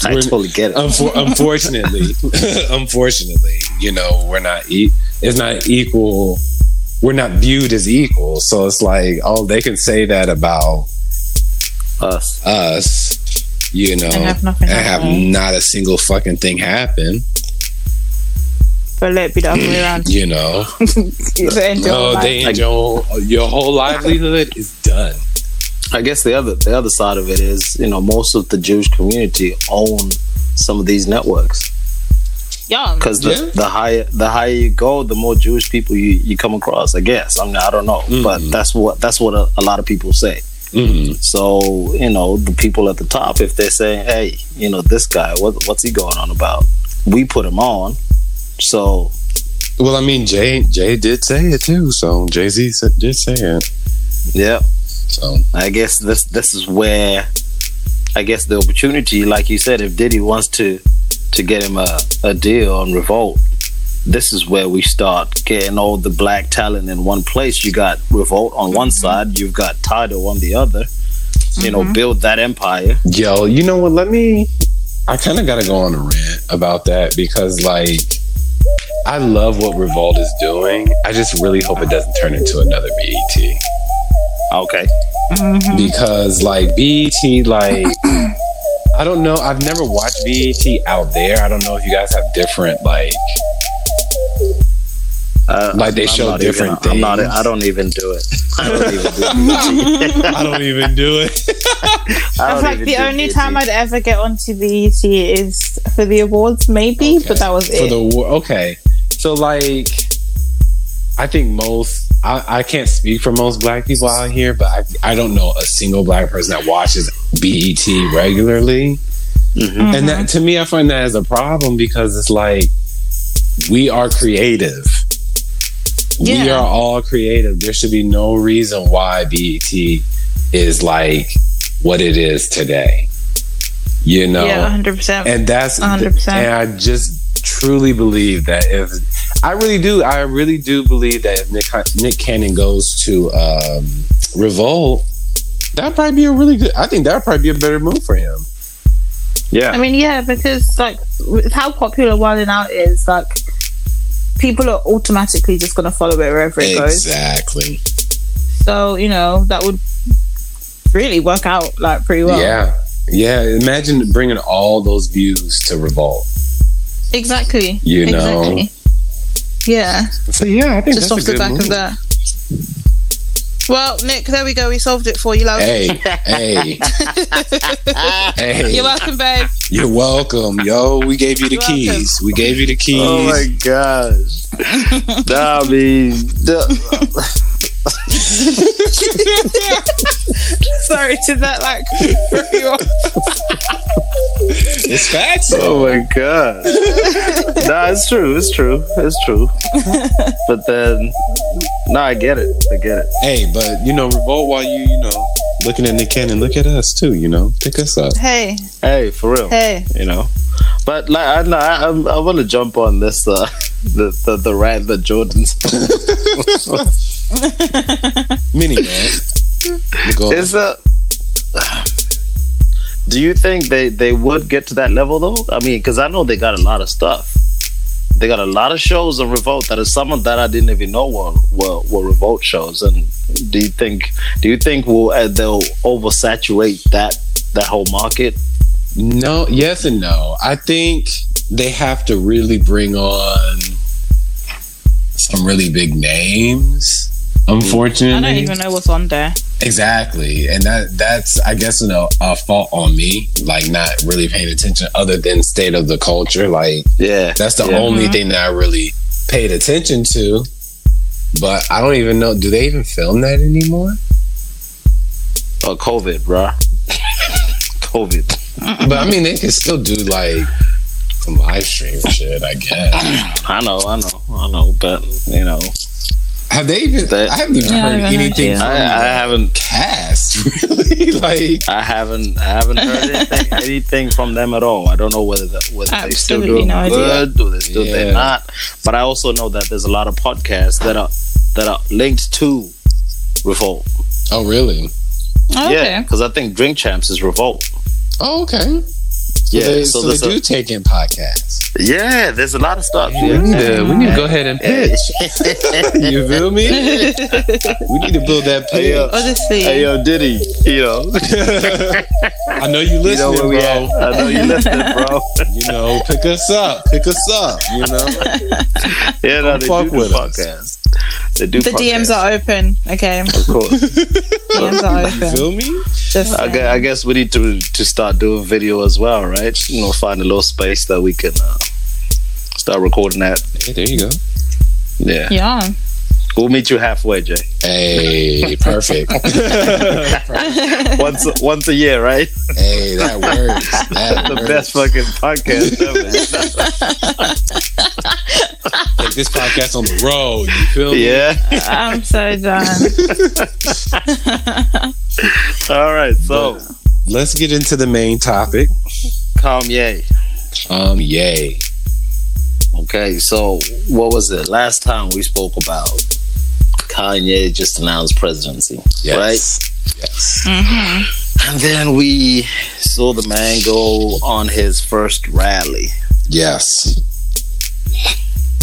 E: I
C: We're-
E: totally get it.
C: Unfor- unfortunately, unfortunately, you know, we're not e- it's not equal. We're not viewed as equal, so it's like, oh, they can say that about
E: Us.
C: us, you know,
D: And have nothing
C: and have
D: happen.
C: not a single fucking thing happen,
D: But let it be the other way around.
C: you know.
D: The end of
C: No,
D: life.
C: Oh, they ain't your your whole livelihood is done.
E: I guess the other the other side of it is, you know, most of the Jewish community own some of these networks
G: Young.
E: because the,
C: Yeah.
E: the higher the higher you go, the more Jewish people you, you come across. I guess I mean I don't know, but that's what that's what a, a lot of people say.
C: Mhm.
E: So you know, the people at the top, if they're saying, "Hey, you know, this guy, what, what's he going on about?" We put him on, so
C: Well, I mean, Jay Jay did say it too, so Jay Z did say it.
E: yeah.
C: So
E: I guess this this is where I guess the opportunity, like you said, if Diddy wants to to get him a, a deal on Revolt, this is where we start getting all the black talent in one place. You got Revolt on
D: Mm-hmm.
E: one side, you've got Tidal on the other. You know, build that empire.
C: Yo, you know what? Let me. I kind of got to go on a rant about that because, like, I love what Revolt is doing. I just really hope it doesn't turn into another E BET
E: Okay.
C: because, like, BET, like, I don't know. I've never watched BET out there. I don't know if you guys have different, like,
E: Uh,
C: Like they show
E: not
C: different
E: even, I'm not,
C: things.
E: I don't even do it. I don't even do it.
C: I don't even do it.
E: I
D: That's
E: don't
D: like
E: even
D: the
E: do
D: only
E: BET.
D: time I'd ever get onto BET E is for the awards, maybe, but that was
C: for
D: it.
C: the war. Okay, so like, I think most I, I can't speak for most black people out here, but I, I don't know a single black person that watches BET regularly,
D: Mm-hmm.
C: and that to me I find that as a problem because it's like we are creative. We
D: Yeah.
C: are all creative. There should be no reason why BET is like what it is today. You know,
D: Yeah, 100%.
C: and that's
D: 100%.
C: and I just truly believe that if I really do, I really do believe that if Nick Nick Cannon goes to um, Revolt, that'd probably be a really good. I think that'd probably be a better move for him.
D: I mean, yeah, because like with how popular Wilding Out is, like people are automatically just gonna follow it wherever it goes.
C: Exactly.
D: So you know that would really work out like pretty well.
C: Yeah. Yeah. Imagine bringing all those views to Revolt.
D: exactly.
C: You know.
D: exactly. Yeah,
C: So yeah, I think
D: just
C: that's
D: off
C: a
D: the
C: good
D: back
C: move.
D: of that. Well, Nick, there we go. We solved it for you, love.
C: Hey, hey, hey!
D: You're welcome, babe.
C: You're welcome, yo. We gave you the
D: You're
C: keys.
D: welcome.
C: We gave you the keys.
E: Oh my gosh. nah, I mean, the-
D: Sorry, did that like throw you off?
C: it's facts.
E: Oh my god. nah, it's true. It's true. It's true. but then, nah, I get it. I get it.
C: Hey, but you know, revolt while you you know looking at Nick Cannon. Look at us too. You know, pick us up.
D: Hey,
E: Hey, for real.
D: hey.
E: You know. But like, I nah, I, I'm- I want to jump on this uh, the, the the rant that Jordan's.
C: Mini man. You go-
E: Is uh, do you think they they would get to that level though? I mean, because I know they got a lot of stuff. They got a lot of shows on Revolt that are some of that I didn't even know were were, were Revolt shows. And do you think do you think will uh, they'll oversaturate that that whole market?
C: no, yes and no. I think they have to really bring on some really big names. Unfortunately,
D: I don't even know what's on there.
C: Exactly, and that that's I guess you know a fault on me, like not really paying attention other than state of the culture. Like
E: Yeah,
C: that's the
E: Yeah.
G: Mm-hmm.
C: only thing that I really paid attention to. But I don't even know. Do they even film that anymore?
E: Fuck COVID, bruh. COVID.
C: But I mean, they can still do like some live stream shit, I guess.
E: I know, I know, I know, but you know,
C: Have they even?
E: That-
C: I haven't even
G: Yeah, I
C: heard
G: haven't
C: anything
G: heard-
E: I,
C: from
E: I haven't,
C: cast. Really, like
E: I haven't, I haven't heard anything, anything from them at all. I don't know whether that, whether they still
G: Absolutely
E: doing
G: no idea.
E: good, or they still
C: Yeah.
E: they're not. But I also know that there's a lot of podcasts that are that are linked to Revolt.
C: oh really?
G: Oh,
E: Yeah,
G: okay.
E: because I think Drink Champs is Revolt.
C: Oh okay. So
E: Yeah,
C: they,
E: so
C: so
E: there's
C: they
E: a-
C: do take in podcasts.
E: Yeah, there's a lot of stuff.
C: We
E: Yeah.
C: need to we need to go ahead and pitch. you feel me? we need to build that
E: Hey,
C: play
E: yo.
C: up.
D: Honestly,
E: Hey yo, Diddy, you know,
C: I know you
E: you know
C: listening,
E: where we at.
C: bro.
E: I know you listening, bro.
C: You know, pick us up, pick us up. You know,
E: Yeah, no, they
C: fuck
E: do
C: with
E: the
C: us.
E: podcast. They do
D: the DMs
E: podcasts,
D: are open. Okay,
E: of course.
D: DMs are
C: you
D: open.
C: feel me?
D: Just
E: I, gue- I guess we need to to start doing video as well, right? You know, find a little space that we can uh, start recording at.
C: Hey, there you go.
E: Yeah,
G: Yeah.
E: we'll meet you halfway, Jay.
C: Hey, perfect.
E: Once once a year, right?
C: hey, that works. That
E: The
C: works.
E: best fucking podcast ever.
C: Take this podcast on the road. You feel me?
E: yeah.
D: I'm so done.
E: All right. So,
C: Let's get into the main topic.
E: Kanye.
C: Um, yay.
E: Okay, so what was it? Last time we spoke about Kanye just announced presidency,
C: Yes.
E: right? Mm-hmm.
C: Yes.
E: And then we saw the man go on his first rally.
C: Yes.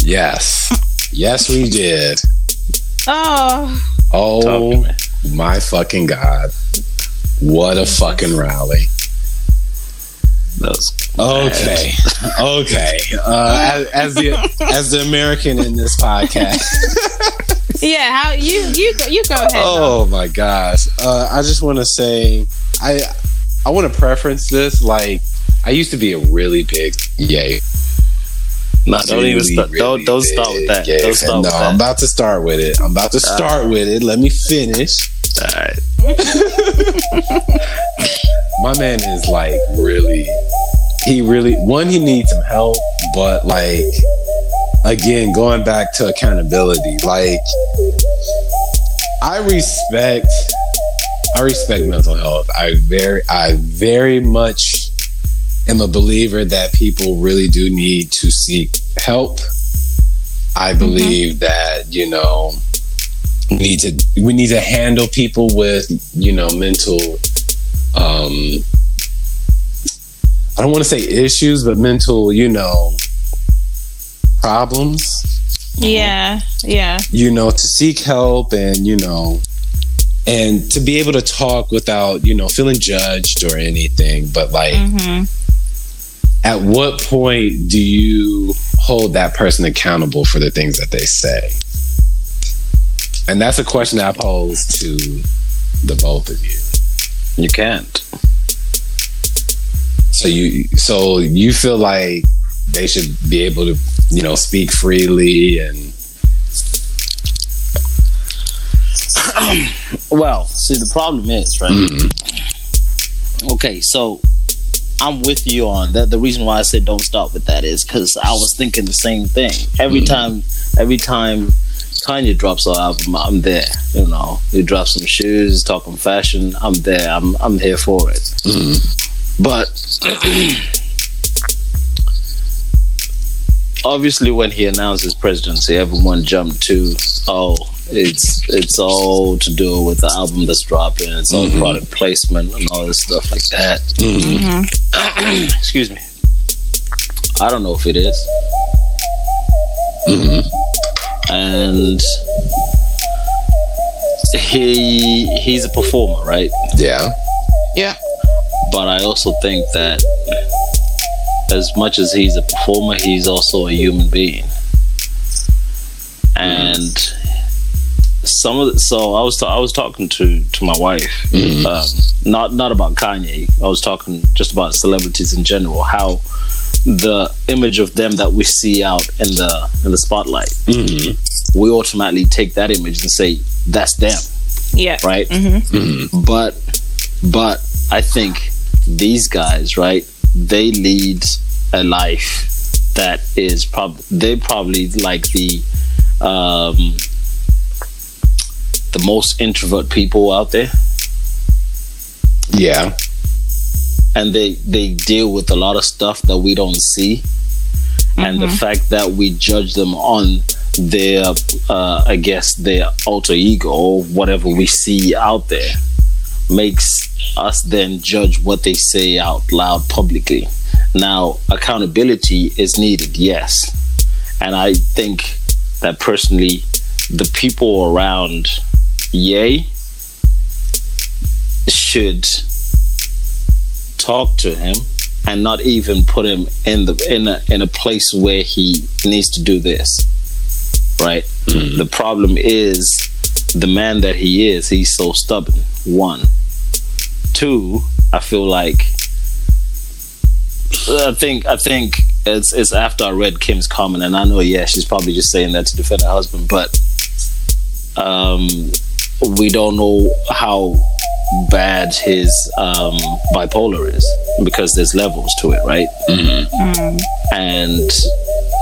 C: Yes. Yes, we did.
D: Oh,
C: Oh my fucking god. What a fucking rally.
E: That was
C: Okay. Okay. Uh, as, as the as the American in this podcast.
D: yeah. How you you go, you go ahead.
C: Oh my gosh. Uh, I just want to say, I I want to preference this. Like, I used to be a really big yay.
E: nah, don't even
C: really,
E: start.
C: really
E: don't don't
C: big
E: start with that.
C: yay
E: Don't
C: fan.
E: start
C: no,
E: with that.
C: I'm about to start with it. I'm about to start with it. Let me finish.
E: All right.
C: My man is like really. He really one. He needs some help, but like again, going back to accountability. Like, I respect. I respect mental health. I very, I very much am a believer that people really do need to seek help. I believe that you know we need to we need to handle people with you know mental. Um, I don't want to say issues, but mental, you know, problems
D: Yeah, yeah.
C: you know, to seek help and, you know, and to be able to talk without, you know, feeling judged or anything. But like,
D: Mm-hmm.
C: at what point do you hold that person accountable for the things that they say? And that's a question I pose to the both of you.
E: You can't.
C: So you, so you feel like they should be able to, you know, speak freely and
E: Well, see, the problem is right.
C: Mm-hmm.
E: Okay, so I'm with you on that. The reason why I said don't start with that is because I was thinking the same thing. Every time, every time Kanye drops an album, I'm there. You know, he drops some shoes, talking fashion. I'm there. I'm I'm here for it. But obviously, when he announced his presidency, everyone jumped to, "Oh, it's it's all to do with the album that's dropping. It's all product placement and all this stuff like that."
C: mm-hmm,
E: Excuse me. I don't know if it is.
C: mm-hmm,
E: And he he's a performer, right?
C: yeah,
E: but I also think that as much as he's a performer, he's also a human being. And some of the, so I was ta- I was talking to to my wife, um, not not about Kanye. I was talking just about celebrities in general, how the image of them that we see out in the in the spotlight,
C: mm-hmm,
E: we automatically take that image and say that's them
D: Yeah.
E: right? But But I think these guys, right? They lead a life that is prob they probably like the um the most introvert people out there
C: Yeah.
E: and they they deal with a lot of stuff that we don't see and the fact that we judge them on their uh, i guess their alter ego or whatever we see out there makes us then judge what they say out loud publicly now accountability is needed yes and i think that personally the people around yay should talk to him and not even put him in the in a in a place where he needs to do this right the problem is the man that he is he's so stubborn one two i feel like i think i think it's it's after i read kim's comment and i know yeah she's probably just saying that to defend her husband but um we don't know how bad his um, bipolar is because there's levels to it, right? Mm-hmm. And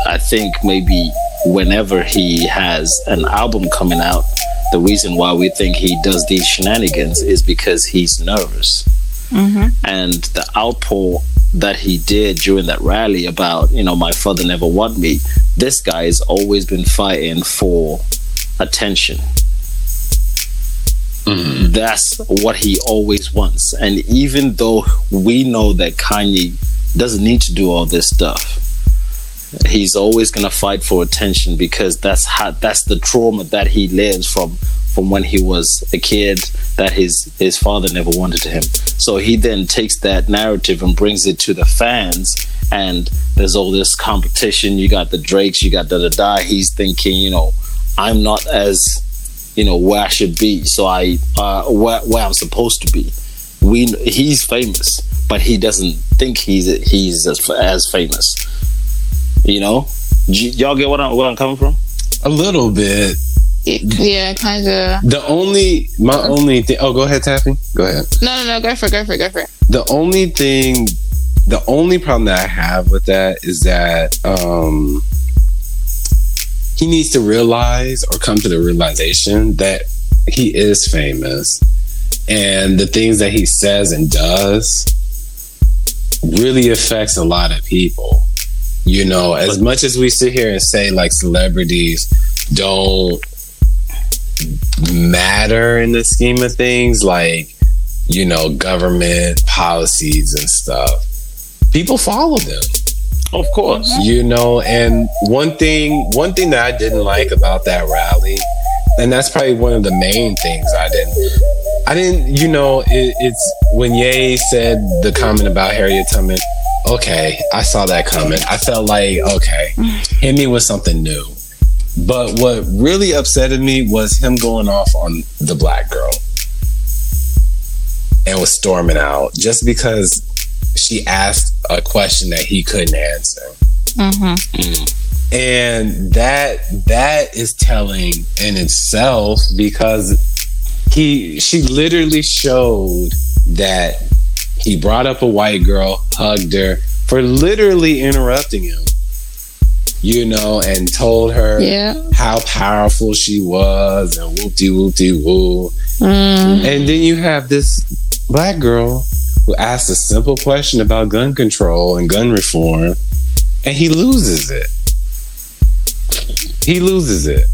E: I think maybe whenever he has an album coming out, the reason why we think he does these shenanigans is because he's nervous. And the outpour that he did during that rally about, you know, my father never wanted me, this guy has always been fighting for attention that's what he always wants. And even though we know that Kanye doesn't need to do all this stuff, he's always gonna fight for attention because that's how that's the trauma that he lives from from when he was a kid that his his father never wanted him. So he then takes that narrative and brings it to the fans and there's all this competition. You got the Drakes, you got da da da. He's thinking, you know, I'm not as you know where I should be, so I uh, where where I'm supposed to be. We he's famous, but he doesn't think he's he's as, as famous. You know, Y- y'all get what I'm what I'm coming from?
C: A little bit.
G: Yeah, kind of.
C: The only, my only thing. Oh, go ahead, Taffy. Go ahead.
G: No, no, no. Go for it. Go for it. Go for it.
C: the only thing the only problem that i have with that is that um he needs to realize or come to the realization that he is famous and the things that he says and does really affects a lot of people you know as much as we sit here and say like celebrities don't matter in the scheme of things like you know, government policies and stuff, people follow them.
E: Of course.
C: You know, and one thing one thing that I didn't like about that rally, and that's probably one of the main things I didn't I didn't, you know, it, it's when Ye said the comment about Harriet Tubman. Okay, I saw that comment. I felt like, okay, hit me with something new. But what really upsetted me was him going off on the black girl and was storming out just because she asked a question that he couldn't answer.
D: Mm-hmm.
C: And that that is telling in itself because he she literally showed that he brought up a white girl, hugged her for literally interrupting him. You know, and told her
G: Yeah.
C: how powerful she was and whoop de whoop de woo.
D: Mm-hmm.
C: And then you have this black girl who asks a simple question about gun control and gun reform, and he loses it. He loses it.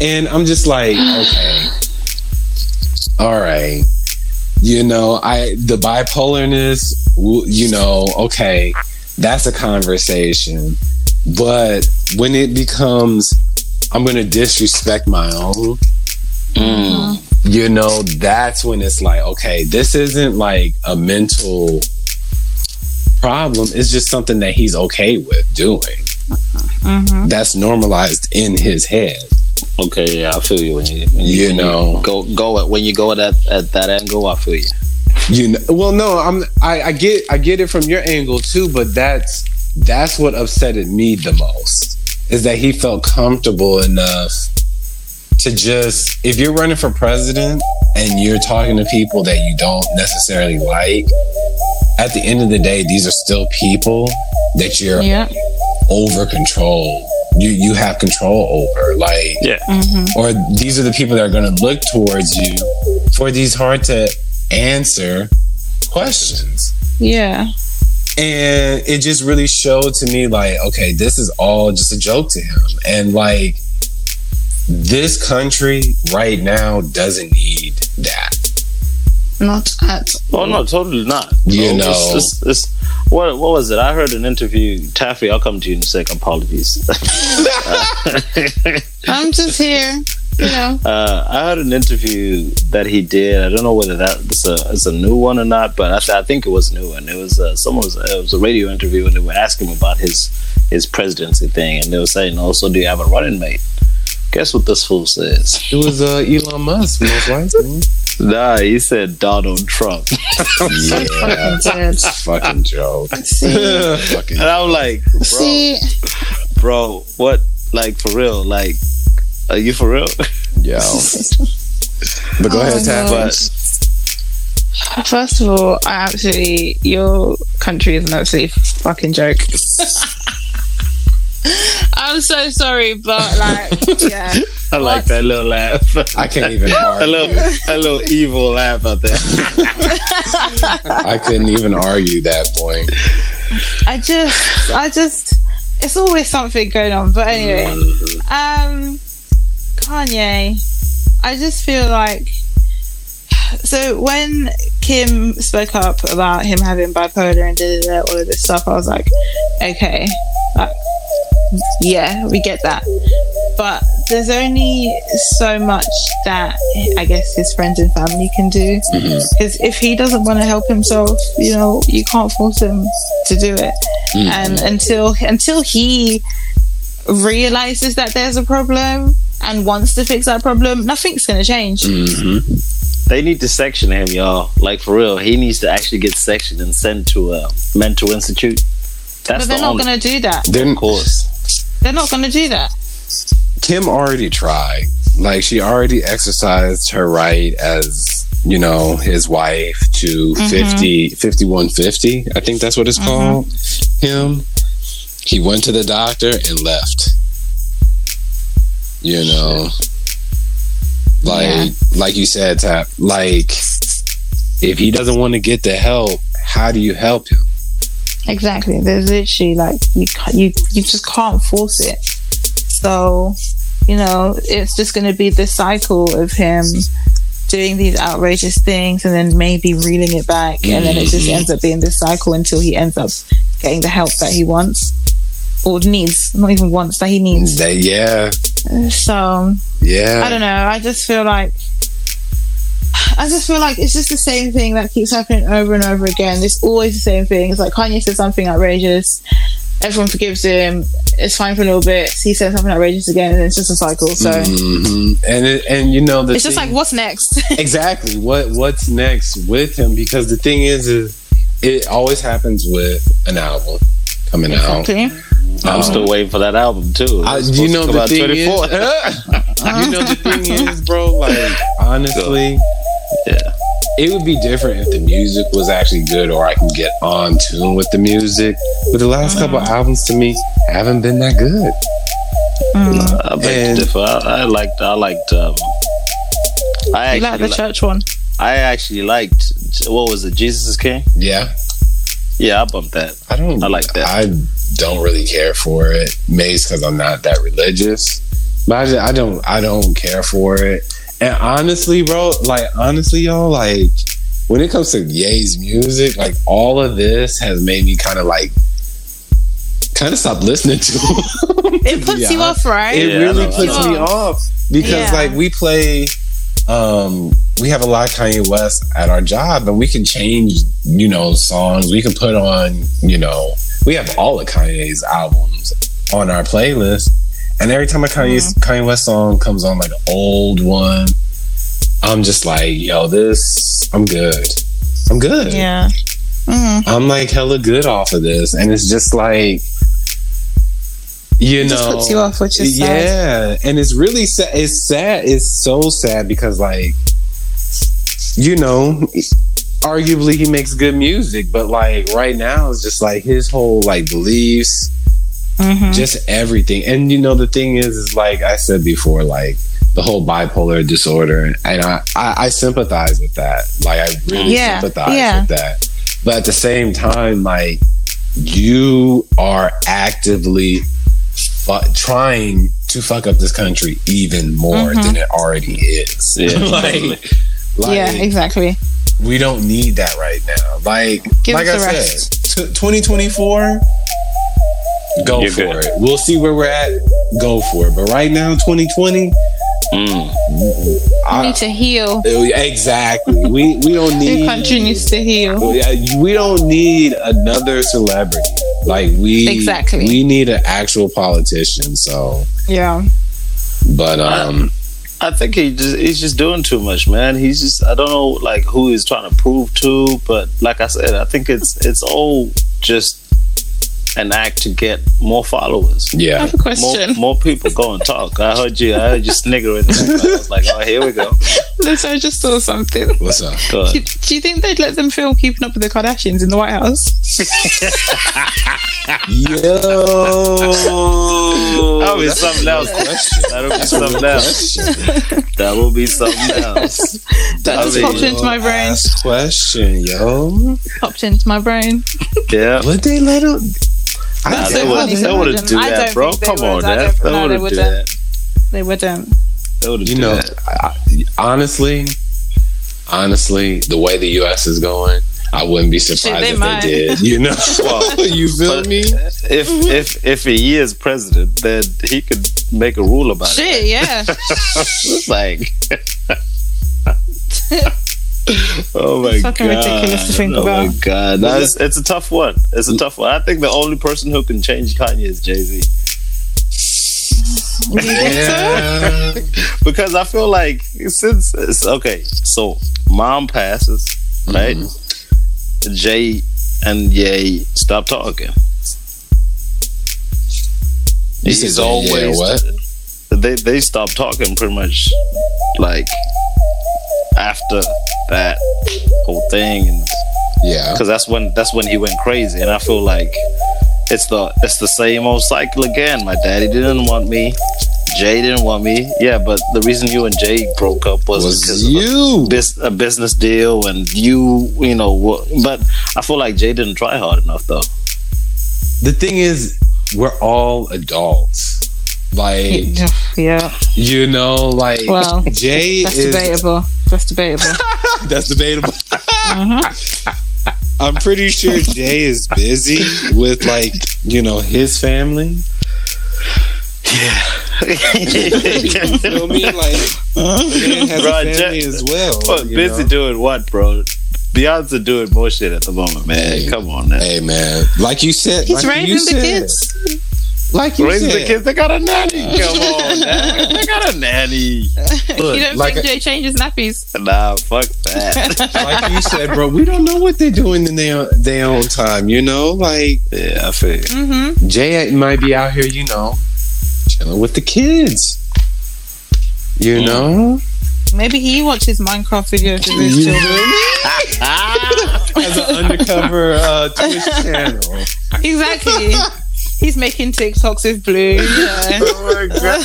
C: And I'm just like, okay. All right. You know, I the bipolarness, w- you know, okay, that's a conversation. But when it becomes I'm going to disrespect my own,
E: Mm.
C: you know, that's when it's like, okay, this isn't like a mental problem. It's just something that he's okay with doing.
G: Mm.
C: That's normalized in his head.
E: Okay, yeah, I feel you when you, when
C: You
E: when
C: know.
E: go go at, when you go at that at that angle. I feel you.
C: You know, well, no, I'm I, I get I get it from your angle too, but that's that's what upsetted me the most is that he felt comfortable enough to just if you're running for president and you're talking to people that you don't necessarily like, at the end of the day, these are still people that you're
G: Yeah.
C: over control. You you have control over, like
H: Yeah.
C: or these are the people that are going to look towards you for these hard to answer questions
G: Yeah.
C: and it just really showed to me like okay this is all just a joke to him and like this country right now doesn't need that
G: Not at.
H: Oh no, totally not.
C: You
H: No, it's-
C: know.
H: it's- it's- what what was it? I heard an interview. Taffy, I'll come to you in a second. Apologies.
G: I'm just here. You know.
H: Uh, I heard an interview that he did. I don't know whether that it's a it's a new one or not, but I, th- I think it was new. And it was uh, someone was it was a radio interview, and they were asking him about his his presidency thing, and they were saying, "Also, do you have a running mate?" Guess what this fool says?
C: it was uh, Elon Musk most likely
H: Nah, he said Donald Trump,
C: yeah
G: Dude.
C: fucking joke fucking
H: and I'm like, bro,
G: See,
H: bro, what? Like for real? Like, are you for real?
C: yo but go ahead Taff
H: but
D: First of all, I absolutely your country is an absolute fucking joke. I'm so sorry, but like, yeah,
H: I like that little laugh.
C: I can't even
H: A
C: argue.
H: little, a little evil laugh out there.
C: I couldn't even argue that point
D: I just, I just, it's always something going on. But anyway, um, Kanye, I just feel like so when Kim spoke up about him having bipolar and da, da, da, all of this stuff, I was like, okay, like, yeah, we get that. But there's only so much that I guess his friends and family can do. Because if he doesn't want to help himself, you know, you can't force him to do it.
H: Mm.
D: And until until he realizes that there's a problem and wants to fix that problem, nothing's going to change.
H: Mm, They need to section him, y'all. Like for real, he needs to actually get sectioned and sent to a mental institute. That's
D: But
H: the
D: they're not
H: only
D: going to do that.
C: then
H: course.
D: They're not going to do that.
C: Kim already tried. Like she already exercised her right as, you know, his wife to
D: Mm-hmm.
C: fifty, fifty-one, fifty. 50, 5150. I think that's what it's called. Him. He went to the doctor and left. You know. Like like you said, Tap, like if he doesn't want to get the help, how do you help him?
D: Exactly. There's literally like you can't, you you just can't force it. So, you know, it's just going to be this cycle of him doing these outrageous things and then maybe reeling it back, and then it just
H: Mm-hmm.
D: ends up being this cycle until he ends up getting the help that he wants or needs, not even wants that he needs.
C: That, yeah.
D: So,
C: Yeah.
D: I don't know. I just feel like I just feel like it's just the same thing that keeps happening over and over again. It's always the same thing. It's like Kanye says something outrageous, everyone forgives him, it's fine for a little bit. He says something outrageous again, and it's just a cycle. So
C: Mhm. And it, and you know the
D: it's just
C: thing-
D: like, what's next?
C: exactly what what's next with him because the thing is is it always happens with an album coming out
D: Exactly.
H: I'm still waiting for that album too.
C: I,
H: It's supposed
C: you know
H: to come
C: the
H: out
C: thing
H: 24th.
C: is Um, you know the thing is bro like honestly
H: Yeah.
C: it would be different if the music was actually good or I can get on tune with the music but the last couple albums to me haven't been that good Mm.
D: Mm.
H: I beg to
C: And-
H: differ. I, I liked. I liked. Um, I
D: You like
H: actually.
D: the
H: li-
D: church one.
H: I actually liked. What was it? Jesus is King.
C: yeah
H: Yeah, I bumped that.
C: I don't
H: I like that.
C: I don't really care for it. Maybe it's because I'm not that religious, but I, just, I don't. I don't care for it. And honestly, bro, like honestly, y'all, like when it comes to Ye's music, like all of this has made me kind of like kind of stop listening to. him.
D: It puts you
C: Yeah.
D: off, right?
C: It
H: Yeah, I
C: really
H: know, I
C: puts
D: know.
C: me off because
D: Yeah.
C: like we play. Um, we have a lot of Kanye West at our job, and we can change, you know, songs. We can put on, you know, we have all of Kanye's albums on our playlist, and every time a Kanye
D: Mm-hmm.
C: Kanye West song comes on, like an old one, I'm just like, yo, this, I'm good, I'm good,
D: Yeah. Mm.
C: I'm like hella good off of this, and it's just like, you know,
D: just puts you off, which is sad.
C: yeah, and it's really sad. It's sad. It's so sad because, like, you know, arguably he makes good music, but like right now, it's just like his whole like beliefs,
D: Mm-hmm.
I: Mm-hmm.
C: just everything. And you know, the thing is, is like I said before, like the whole bipolar disorder, and I I, I sympathize with that. Like I really
I: Yeah,
C: sympathize
I: yeah.
C: with that. But at the same time, like you are actively fu- trying to fuck up this country even more
I: Mm-hmm.
C: than it already is.
H: Yeah.
C: like, like,
I: yeah, exactly.
C: we don't need that right now. Like,
I: Give
C: like I
I: us a rest.
C: said, t- 2024, go
H: You're
C: for
H: good.
C: it. We'll see where we're at. Go for it. But right now, 2020,
H: Mm.
D: You need to heal.
C: exactly. we we don't
D: Your
C: need
D: country needs to heal.
C: Yeah, we don't need another celebrity. Like we
D: Exactly.
C: we need an actual politician. So,
I: Yeah.
C: but um,
H: I think he just he's just doing too much, man. He's just I don't know like who he's trying to prove to, but like I said, I think it's it's all just an act to get more followers.
D: I
C: yeah,
D: have a question.
H: More, more people go and talk. I heard you. I heard you sniggering. I was like, oh, here we go.
D: Listen, I just saw something.
C: what's up?
H: Go
D: Do,
H: ahead.
D: do you think they'd let them film Keeping Up with the Kardashians in the White House?
C: Yo,
H: That would be something else. That would be something else. That would be something else.
D: That just
H: mean, uh,
D: popped into my brain.
C: Last question, yo.
D: Popped into my brain.
H: Yeah.
C: Would they let him?
H: Nah,
D: That's
H: they
D: so
H: would
D: funny to
H: they wouldn't
D: imagine.
H: do
D: I
H: that,
D: don't
H: bro.
D: think they
H: Come
D: would.
H: on,
D: I
H: that
D: don't-
H: they
D: no, they
H: wouldn't do
D: wouldn't.
H: that.
D: They wouldn't.
H: They wouldn't
C: You
H: do
C: know,
H: that.
C: I, honestly, honestly, the way the U.S. is going, I wouldn't be surprised
D: they
C: if
D: might.
C: they did. You know, you feel
H: But-
C: me?
H: if
D: Mm-hmm.
H: if if he is president, then he could make a rule about it.
D: Shit, yeah.
H: It's like, oh my god,
D: fucking ridiculous to think
H: oh my
D: about.
H: god, No, it's, it's a tough one. It's a tough one. I think the only person who can change Kanye is Jay Z.
C: Yeah.
H: because I feel like since it's, okay, so mom passes, right? Jay and Ye stop talking.
C: You said
H: He's
C: Jay,
H: always
C: yeah, what?
H: they they stop talking pretty much like after that whole thing and
C: Yeah.
H: because that's when that's when he went crazy and i feel like it's the it's the same old cycle again my daddy didn't want me jay didn't want me yeah but the reason you and jay broke up was,
C: Was
H: because of
C: you?
H: a, bus- a business deal and you you know wa- but i feel like jay didn't try hard enough though
C: The thing is, we're all adults. Like
D: yeah.
C: you know, like
D: Well,
C: Jay
D: That's
C: is
D: debatable. That's debatable.
C: That's debatable.
H: Uh-huh.
C: I'm pretty sure Jay is busy with like you know his family. Yeah, you know me like Jay has
H: Bro,
C: a
H: Jay-
C: family as well.
H: But
C: you
H: busy
C: know?
H: doing what, bro? Beyonce doing more shit at the moment, man.
C: Hey.
H: Come on, man.
C: Hey man, like you said,
D: He's
C: like you
D: raising the
C: said,
D: kids.
C: Like you
H: Raising
C: said,
H: the kids, they got a nanny. Come on, man. they got a nanny.
C: Look,
D: you don't
C: like
D: think Jay changes nappies?
H: Nah, fuck that.
C: like you said, bro, we don't know what they're doing in their their own time. You know, like
H: yeah, I feel. you.
D: Mm-hmm.
C: Jay might be out here, you know, chilling with the kids. You
H: Mm.
C: know.
D: Maybe he watches Minecraft videos with his
C: You
D: children.
C: as an undercover uh, Twitch channel.
D: Exactly. He's making TikToks with Blue. Yeah.
H: Oh my god.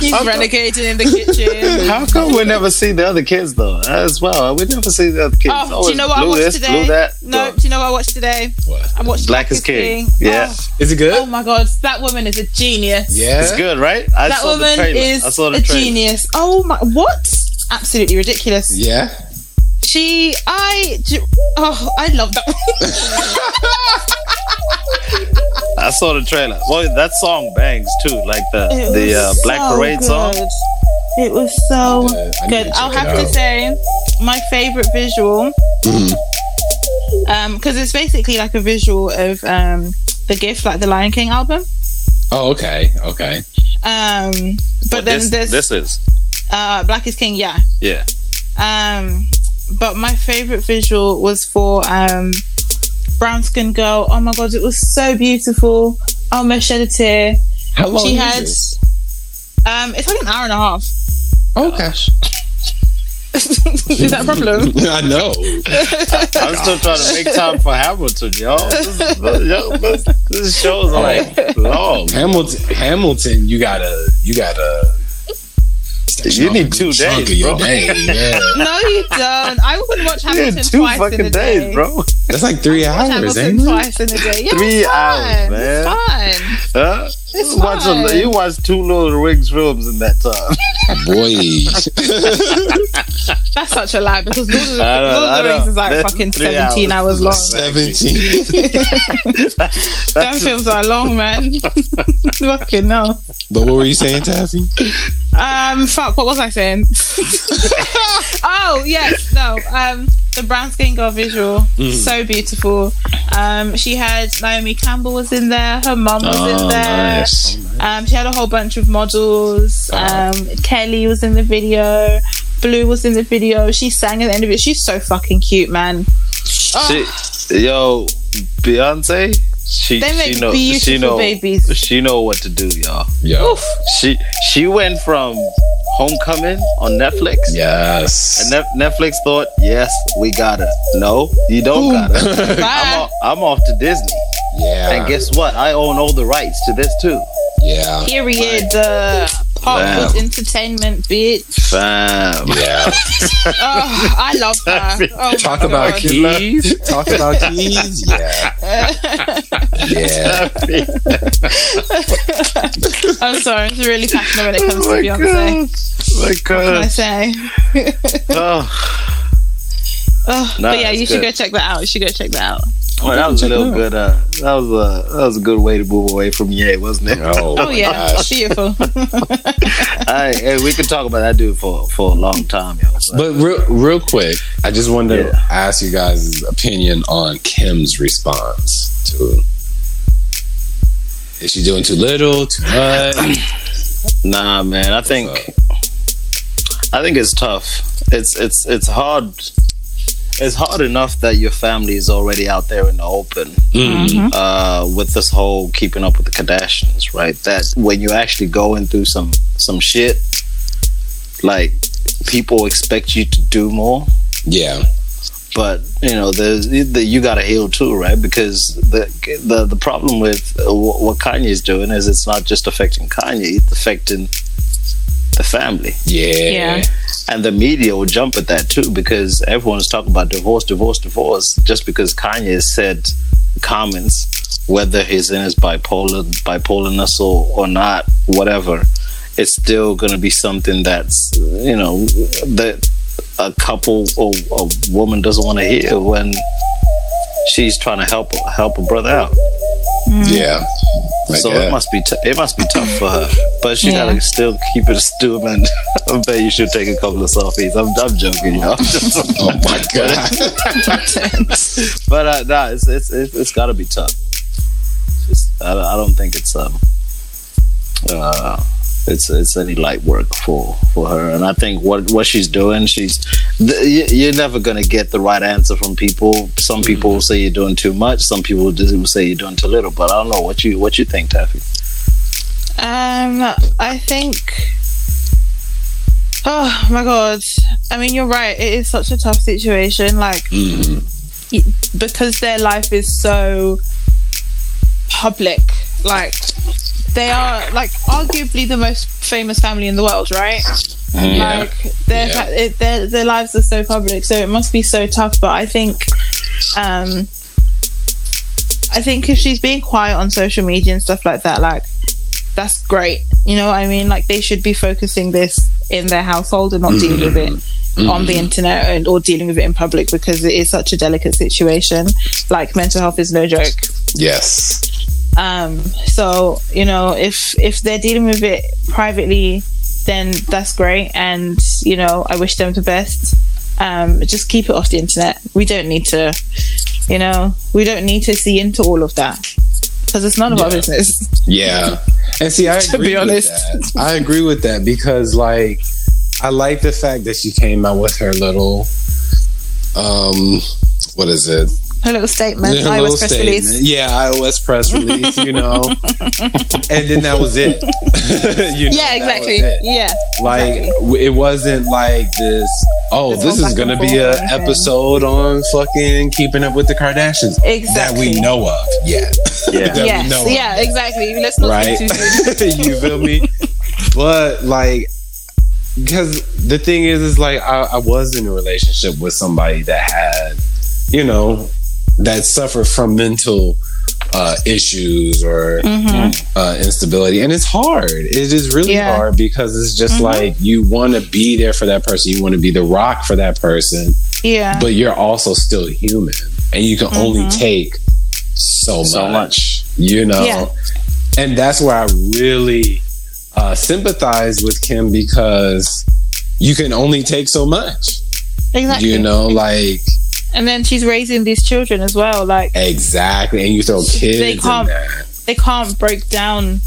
D: He's renegading in the kitchen.
H: How come we never see the other kids though? As well, we never see the other kids.
D: Oh, do
H: Always
D: you know what I
H: blue
D: watched
H: this,
D: today?
H: blue that.
D: No,
H: Go.
D: do you know what I watched today?
C: What?
D: I watched
H: Black is King. Yeah.
D: Oh,
C: Is it good?
D: oh my god, that woman is a genius.
C: yeah.
H: It's good, right? I
D: That
H: saw the
D: woman
H: trailer.
D: is
H: I saw the
D: a
H: trailer.
D: genius. Oh my, what? Absolutely ridiculous.
C: Yeah.
D: She, I, j- oh, I love that.
H: I saw the trailer. Well, that song bangs too, like the
D: It
H: the uh,
D: was
H: Black
D: so
H: Parade song.
D: good. It was so
C: Yeah, Uh, I need
D: good.
C: to
D: I'll
C: check it
D: have to
C: out.
D: say, my favorite visual, um, because it's basically like a visual of um the gift, like the Lion King album.
C: Oh, okay. Okay.
D: Um, but
H: But
D: then
H: this,
D: there's
H: this is
D: uh, Black is King, yeah.
H: yeah.
D: Um, but my favorite visual was for um brown skinned girl. Oh my god, it was so beautiful. Oh, I almost shed a tear.
C: How long
D: she
C: is
D: had
C: it?
D: um it's like an hour and a half.
C: Oh gosh,
D: Is that a problem?
C: I know.
H: I'm still trying to make time for Hamilton, y'all. This, is- yo, this, this show's like long.
C: Hamilton, Hamilton, you gotta, you gotta.
H: You need two
C: chunk of
H: days,
C: your
H: bro.
C: day. Yeah,
D: no, you don't. I would watch
H: You
D: Hamilton
H: need two
D: twice in a
H: fucking
D: day.
H: days, bro.
C: that's like three hours,
D: Hamilton
C: ain't it?
D: twice in a day. Yeah,
H: Three
D: it's fun.
H: hours, man.
D: It's fun.
H: Huh?
D: It's
H: You watch a-
D: fine.
H: you watch two Lord of the Rings films in that time.
C: Boy,
D: That's such a lie because Lord of the,
H: I know,
D: Lord of the
H: I know.
D: Rings is like
H: That's
D: fucking
H: three
D: 17 hours,
H: hours.
D: long.
C: seventeen.
D: Them films are long, man. fucking no.
C: But what were you saying, Taffy?
D: Um, fuck, what was I saying? oh, yes, no. Um, the brown skin girl visual,
H: Mm.
D: so beautiful. Um, she had Naomi Campbell was in there, her mum was
H: Oh,
D: in there. Um, she had a whole bunch of models.
H: Uh-huh.
D: Um, Kelly was in the video. Blue was in the video. She sang at the end of it. She's so fucking cute, man.
H: She, yo, Beyonce, she
D: They make
H: she know
D: beautiful
H: she know
D: babies.
H: she know what to do, y'all.
C: Yo,
D: Oof.
H: She she went from Homecoming on Netflix.
C: yes.
H: And Nef- Netflix thought, yes, we got her. No, you don't got her. I'm,
D: Bye.
H: off, I'm off to Disney. And
C: Yeah,
H: guess what? I own all the rights to this too.
C: yeah,
D: Period. Uh, Parkwood Entertainment, bitch.
H: Fam.
C: yeah.
D: Oh, I love her. Oh my
C: Talk about
D: God.
C: keys. Talk about keys. Yeah, yeah.
D: I'm sorry, I'm really passionate when it comes
C: Oh
D: to Beyonce.
H: My
D: Can I
H: God.
D: say?
H: Oh,
D: Oh,
H: Nah,
D: but yeah,
H: it's
D: you should
H: good.
D: go check that out. You should go check that out.
H: well, that was a little good. Uh, that was a that was a good way to move away from Ye, wasn't it?
C: Oh,
D: Oh yeah,
C: gosh.
D: beautiful.
H: All right, hey, we could talk about that dude for for a long time, yo. But
C: But real, real quick, I just wanted to
H: Yeah.
C: ask you guys' opinion on Kim's response to. Is she doing too little, too much? Mm.
H: nah, man, I think I think it's tough. It's it's it's hard. It's hard enough that your family is already out there in the open
C: Mm-hmm.
H: uh, with this whole keeping up with the Kardashians, right? That when you're actually going through some some shit, like people expect you to do more.
C: Yeah,
H: but you know there's the, you got to heal too right because the the the problem with uh, wh- what Kanye's doing is it's not just affecting Kanye it's affecting the family
C: yeah,
D: Yeah.
H: and the media will jump at that too because everyone's talking about divorce divorce divorce just because Kanye said comments whether he's in his bipolar bipolarness or, or not whatever it's still going to be something that's you know that a couple or a woman doesn't want to hear when she's trying to help help a brother out.
C: yeah. Like
H: so
C: that.
H: it must be t- it must be tough for her, but she
D: Yeah.
H: gotta still keep it a stew and I bet you should take a couple of selfies. I'm, I'm joking, y'all.
C: oh my god.
H: but uh, nah, it's it's it's, it's gotta be tough. It's, I, don't- I don't think it's um uh it's it's any light work for for her, and I think what what she's doing, she's th- you- you're never gonna get the right answer from people. Some people will say you're doing too much. Some people will say you're doing too little. But I don't know what you what you think, Taffy.
D: Um, I think. Oh my god! I mean, you're right. It is such a tough situation, like y-
C: Mm-hmm.
D: because their life is so public. Like they are, like arguably the most famous family in the world, right? Like their
C: Mm-hmm. Yeah.
D: fa- it, their their lives are so public, so it must be so tough. But I think, um, I think if she's being quiet on social media and stuff like that, like that's great. You know what I mean? Like they should be focusing this in their household and not dealing with it on the internet and or dealing with it in public because it is such a delicate situation. Like mental health is no joke.
C: Yes.
D: Um, so you know, if if they're dealing with it privately, then that's great, and you know, I wish them the best. Um, just keep it off the internet. We don't need to, you know, we don't need to see into all of that because it's none of our business.
C: Yeah. And see, I agree
D: be honest.
C: with that. I agree with that because like I like the fact that she came out with her little um what is it?
D: A little statement.
C: Little
D: iOS press
C: statement.
D: release.
C: Yeah, iOS press release, you know. and then that was it. You know,
D: Yeah,
C: that was
D: exactly.
C: it.
D: Yeah.
C: Like w- it wasn't like this. Oh,
D: This
C: this
D: whole
C: is
D: back and
C: gonna be
D: forth
C: a
D: thing.
C: episode on fucking keeping up with the Kardashians that
D: Exactly.
C: we know of. Yeah,
H: Yeah.
C: that
D: yes.
C: we know of
D: yeah, exactly. Let's not
C: right?
D: right. too soon.
C: you feel me? But like, because the thing is, is like I, I was in a relationship with somebody that had, you know, that suffered from mental uh, issues or
D: Mm-hmm.
C: uh, instability, and it's hard. It is really
D: Yeah.
C: hard because it's just like you want to be there for that person, you want to be the rock for that person,
D: Yeah.
C: but you're also still human, and you can only
D: Mm-hmm.
C: take so,
H: So
C: much, you know
D: Yeah.
C: and that's where I really uh, sympathize with Kim because you can only take so much.
D: Exactly.
C: You know, like
D: And then she's raising these children as well. Like
C: exactly, and you throw kids.
D: They
C: in
D: can't-
C: there.
D: they can't break down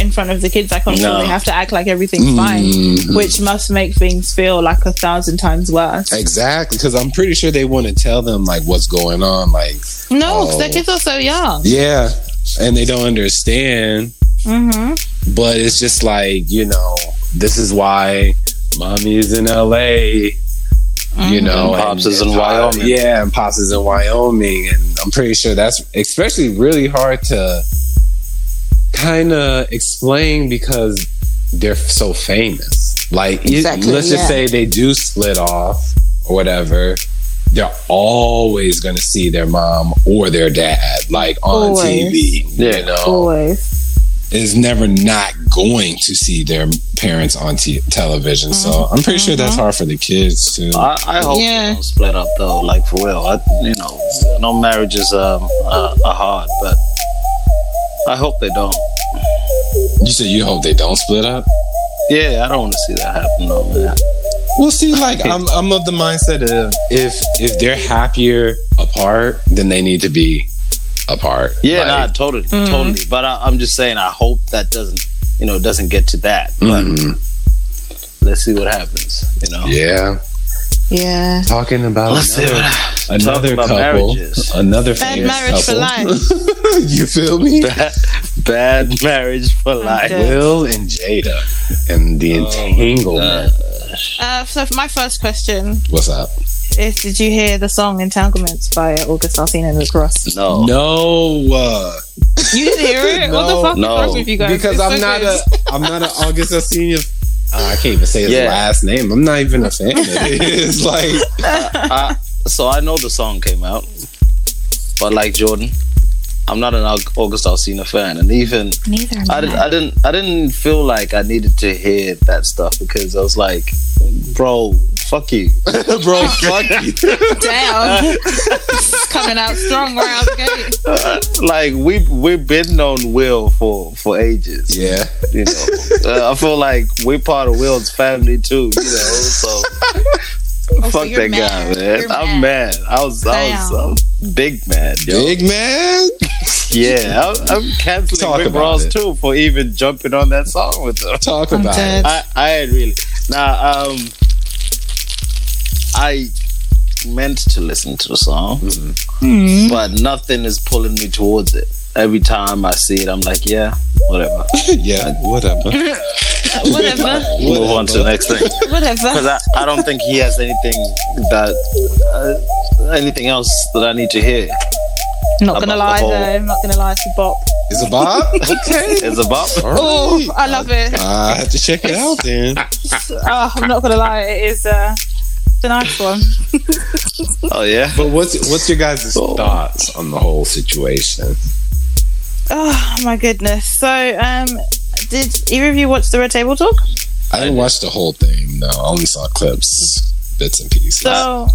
D: in front of the kids. I can't
H: No.
D: They have to act like everything's
C: Mm. Mm-hmm.
D: fine, which must make things feel like a thousand times worse.
C: Exactly, because I'm pretty sure they want to tell them like what's going on. Like,
D: No, because
C: Oh.
D: their kids are so young.
C: yeah, and they don't understand.
D: Mm-hmm.
C: but it's just like you know this is why mommy is in la you
D: Mm-hmm.
C: know
H: And Pops is in
C: Pop-
H: Wyoming.
C: yeah and pops is in wyoming and i'm pretty sure that's especially really hard to kind of explain because they're so famous like you-
D: Exactly,
C: let's just
D: yeah.
C: say they do split off or whatever they're always going to see their mom or their dad like on
D: Always.
C: tv you know
D: Always.
C: is never not going to see their parents on t- television. So
D: Mm-hmm.
C: I'm pretty sure that's hard for the kids too.
H: I, I hope
D: Yeah.
H: they don't split up though, like for real. I, you know, no marriages um, uh, are hard, but I hope they don't.
C: You said you hope they don't split up.
H: Yeah, I don't want to see that happen though, man.
C: Well, see, like I'm, I'm of the mindset of if if they're happier apart, then they need to be apart.
H: Yeah,
C: Like,
H: nah, totally, totally. But I, I'm just saying, I hope that doesn't, you know, doesn't get to that. But
C: mhm.
H: let's see what happens. You know,
C: yeah.
D: Yeah.
C: Talking about
H: let's see what
C: another,
H: happens.
C: another
H: Talking about
C: couple,
H: marriages.
C: another
D: Bad
C: famous
D: marriage for
C: couple.
D: life.
C: you feel me?
H: Bad, bad marriage for life.
D: dead.
C: Will and Jada and the entanglement.
D: Uh, so my first question
C: What's up?
D: is: Did you hear the song "Entanglements" by August Alsina and Luke Ross?
H: No,
C: No. uh,
D: You didn't hear it?
C: No,
D: what the fuck
H: no.
D: is wrong with you guys?
C: because
D: It's
C: I'm
D: so
C: not
D: good.
C: a I'm not an August Alsina. Oh, I can't even say his
H: Yeah.
C: last name. I'm not even a fan. of it. it's like
H: I, so I know the song came out, but like Jordan, I'm not an Aug- August Alsina fan, and even
D: Neither am
H: I didn't, I didn't, I didn't feel like I needed to hear that stuff because I was like, bro, fuck you, bro, fuck you.
D: Damn. It's coming out strong right out the gate.
H: like we we've been known Will for for ages.
C: yeah,
H: You know, uh, I feel like we're part of Will's family too. You know, so. Fuck
D: you're
H: that
D: mad.
H: guy, man!
D: You're
H: I'm mad. I was, I was,
D: Damn.
H: I was big mad, yo.
C: big man.
H: Yeah, I'm, I'm canceling
C: Talk
H: Rick
C: about
H: Ross
C: it.
H: too for even jumping on that song with them.
C: Talk
D: I'm
C: about
D: dead.
C: it.
H: I, I had really nah. Um, I meant to listen to the song, but nothing is pulling me towards it. Every time I see it, I'm like, yeah, whatever.
C: yeah, whatever.
D: Whatever.
H: Move on to the next thing
D: Whatever.
H: because I, I don't think he has anything that uh, anything else that I need to hear.
D: Not gonna
H: about
D: lie
H: the whole-
D: though, I'm not gonna lie to Bop.
C: It's a bop. Okay.
H: It's a bop.
C: All right.
D: Oh, I love it.
C: I have to check it out then.
D: Oh, I'm not gonna lie, it is uh, it's a nice one.
H: Oh yeah.
C: But what's what's your guys'
H: Oh.
C: thoughts on the whole situation?
D: Oh my goodness. So, um, did either of you watch the Red Table Talk?
C: I didn't watch the whole thing. No, I only saw clips, bits and pieces.
D: So,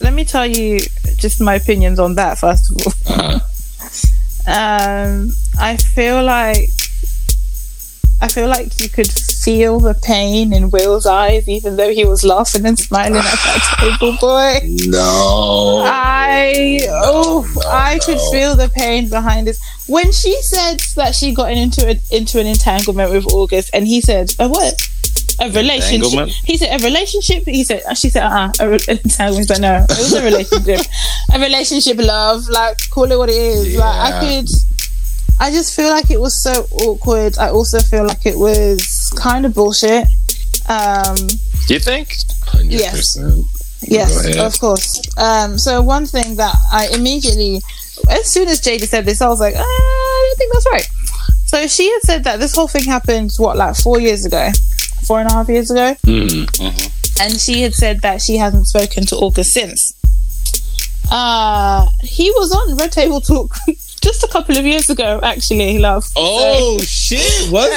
D: let me tell you just my opinions on that first of all.
C: Uh-huh.
D: um, I feel like I feel like you could feel the pain in Will's eyes, even though he was laughing and smiling at that table boy.
C: No.
D: uh, I oh, I could feel the pain behind this. When she said that she got into a, into an entanglement with August, and he said, "Oh, what?" a relationship.
H: Entanglement?
D: He said a relationship. He said she said uh uh entanglement. But no, it was a relationship. a relationship, love. Like call it what it is. Like I could. I just feel like it was so awkward. I also feel like it was kind of bullshit. Um,
H: You think?
D: yes,
C: 100%. Go
D: yes,
C: ahead.
D: of course. Um, so one thing that I immediately, as soon as Jada said this, I was like, "Ah, I don't think that's right. So she had said that this whole thing happened what, like four years ago, four and a half years ago,
H: Mm-hmm.
D: and she had said that she hasn't spoken to Orca since. Uh, he was on Red Table Talk just a couple of years ago, actually, love.
C: Oh shit! What?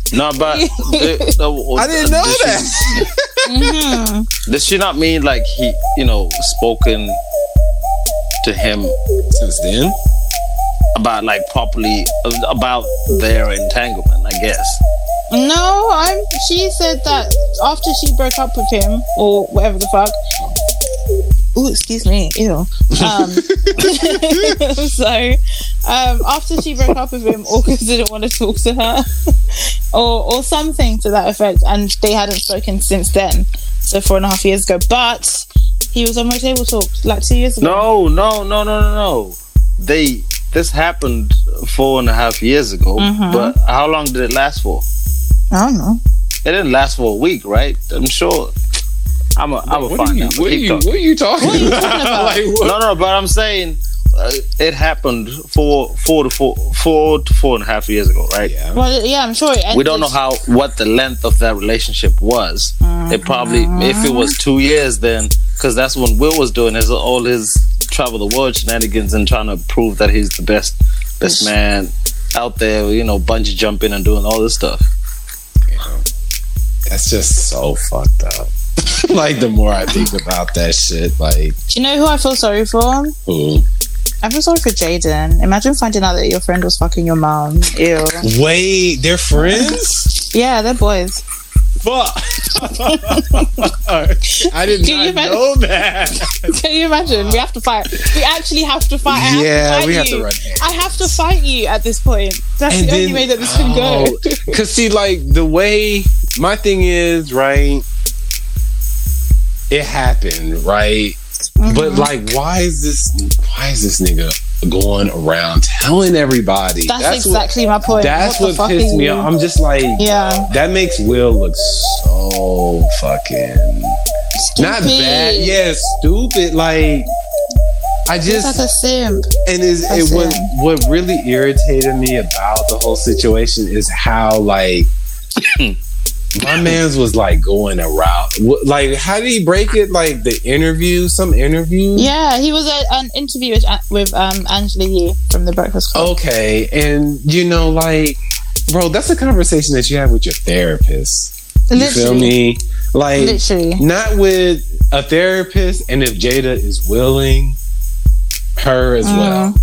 H: No, but the, the,
J: I didn't know
H: does she-
J: that.
C: Mm-hmm.
H: Does she not mean like he, you know, spoken to him
C: Since then,
H: about like properly about their entanglement? I guess.
D: No, I'm. She said that after she broke up with him or whatever the fuck. Oh, excuse me. Ew. Um, so, um, after she broke up with him, August didn't want to talk to her, or or something to that effect, and they hadn't spoken since then. So four and a half years ago, but he was on my table talk like two years ago.
H: No, no, no, no, no, no. They this happened four and a half years ago, but how long did it last for?
D: I don't know.
H: It didn't last for a week, right? I'm sure. I'm a, I'm a
C: what are
H: find
C: you?
H: out. but
C: What are
H: keep
C: you,
H: talking.
C: what are you talking about? like, what?
H: No, no, but I'm saying uh, it happened four, four to four, four to four and a half years ago, right?
C: Yeah.
D: Well, yeah, I'm sure. It
H: We don't know how what the length of that relationship was. It probably, if it was two years, then because that's when Will was doing his all his travel the world shenanigans and trying to prove that he's the best best man out there. You know, bungee jumping and doing all this stuff.
C: That's just so fucked up. like the more I think about that shit, like
D: Do you know who I feel sorry for?
C: who?
D: I feel sorry for Jaden. Imagine finding out that your friend was fucking your mom. Ew.
C: Wait, they're friends?
D: Yeah, they're boys.
C: Fuck! I did
D: Can you
C: not
D: imagine-
C: know that.
D: Can you imagine? We have to fight. We actually have to fight. I have to
C: Yeah,
D: fight
C: we have to
D: you.
C: run hands.
D: I have to fight you at this point. That's
C: And
D: the only
C: then-
D: way that this can go.
C: Oh, Cause see, like the way my thing is, right? It happened, right?
D: Mm-hmm.
C: But like, why is this? Why is this nigga going around telling everybody?
D: That's,
C: what,
D: exactly my point.
C: that's
D: the
C: what,
D: fuck
C: pissed
D: are
C: me
D: you-
C: off. I'm just like,
D: Yeah.
C: that makes Will look so fucking not
D: Stupid.
C: bad. Yeah, stupid. Like, I
D: He's
C: just
D: like a simp.
C: and is
D: That's
C: it was
D: it.
C: what really irritated me about the whole situation is how like my man's was like going around wh- like how did he break it like the interview some interview
D: Yeah, he was at an interview with, with um, Angela Yee from The Breakfast Club.
C: okay and you know like bro that's a conversation that you have with your therapist Oh, you feel me like
D: Literally.
C: not with a therapist and if Jada is willing her as well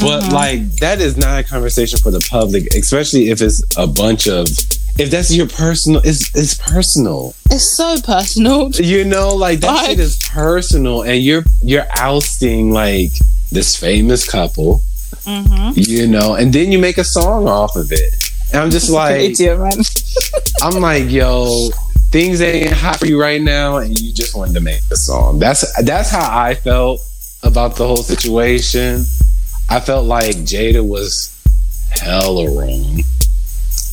C: but like that is not a conversation for the public especially if it's a bunch of if that's your personal it's it's personal
D: It's so personal.
C: you know like that
D: Like-
C: shit is personal and you're you're ousting like this famous couple you know and then you make a song off of it and i'm just like
D: Idiot, man.
C: I'm like, yo, things ain't hot for you right now, and you just wanted to make a song. That's that's how I felt about the whole situation. I felt like Jada was hella wrong.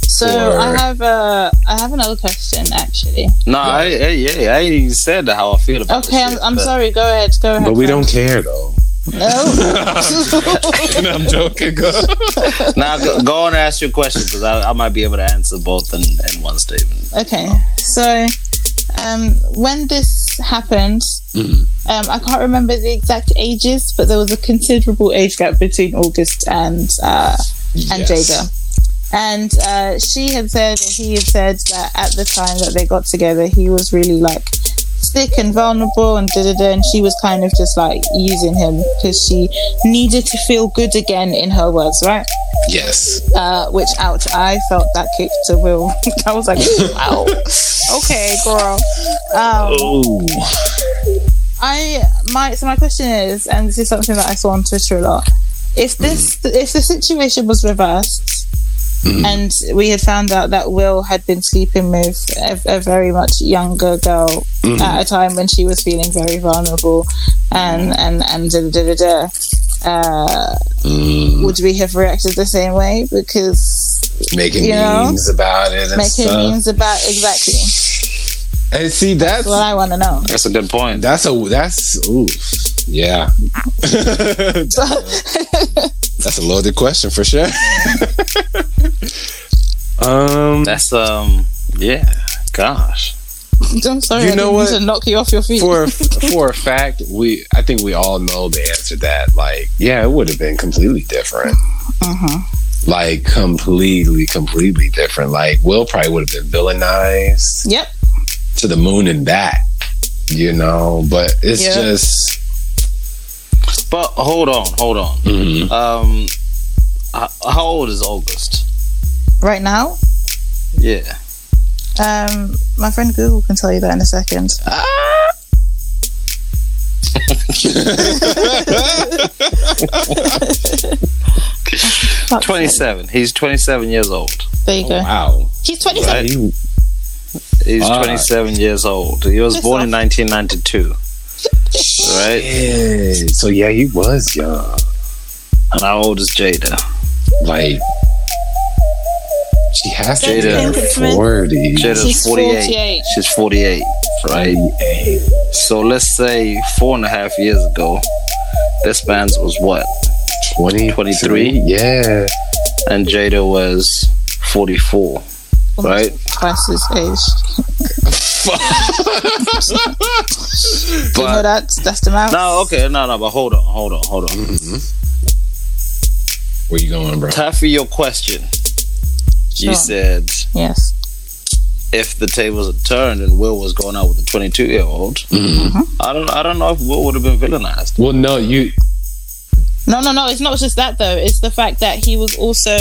D: So
C: Or-
D: I have a, I have another question actually.
H: No, I, I, yeah, I ain't even said how I feel about.
D: Okay,
H: this
D: I'm,
H: shit,
D: I'm
H: but-
D: sorry. Go ahead. Go ahead.
C: But we don't care though.
D: No.
C: And I'm joking. girl.
H: Now go, go on and ask your question because I, I might be able to answer both in, in one statement.
D: okay. So, um, when this happened, um, I can't remember the exact ages, but there was a considerable age gap between August and uh,
C: Yes.
D: and Jada. And uh, she had said, or he had said that at the time that they got together, he was really like sick and vulnerable and da da da. And she was kind of just like using him because she needed to feel good again, in her words, right?
C: Yes.
D: uh, which ouch I felt that kick to Will. I was like, wow, okay, girl. Um,
C: Ooh.
D: I my so my question is, and this is something that I saw on Twitter a lot. If this if the situation was reversed, and we had found out that Will had been sleeping with a, a very much younger girl at a time when she was feeling very vulnerable, and and and da da da da. da. Uh,
C: Mm,
D: Would we have reacted the same way? Because
C: making
D: You know?
C: memes about it and
D: making
C: stuff.
D: memes about exactly
C: And see, that's
D: what I want to know.
H: That's a good point.
C: that's a that's ooh, yeah. that's a loaded question for sure. um,
H: That's um, yeah. Gosh,
D: I'm sorry,
C: You
D: I
C: know
D: didn't mean
C: what?
D: to knock you off your feet.
C: for for a fact, we I think we all know the answer to that like yeah, it would have been completely different. Like completely, completely different. Like Will probably would have been villainized
D: yep.
C: to the moon and back, you know. But it's
D: Yeah.
C: just
H: but hold on, hold on.
C: mm,
H: Um, h- how old is August?
D: Right now,
H: Yeah.
D: um, my friend Google can tell you that in a second. Fuck's sake.
H: 27. He's 27 years old.
D: There you go.
C: wow.
D: He's 27.
C: You-
H: He's
C: Ah.
H: 27 years old. He was born in 1992. Right?
C: Yeah. So yeah, he was young.
H: And how old is Jada?
C: Like she has to be
H: Jada.
C: in her forties.
H: Jada's
D: She's
H: 48.
D: 48.
H: She's 48, right? So let's say four and a half years ago, this band was what?
C: 20,
H: 23?
C: Yeah.
H: And Jada was 44, right?
D: Twice his age. you know
H: But
D: that? That's the mouth.
H: no, okay, no, no, but hold on, hold on, hold on.
C: Where you going, bro?
H: Time for your question. You
D: Sure.
H: said
D: Yes.
H: if the tables had turned and Will was going out with a 22 year old, I don't, I don't know if Will would have been villainized.
C: Well, no, you.
D: No, no, no. It's not just that, though. It's the fact that he was also,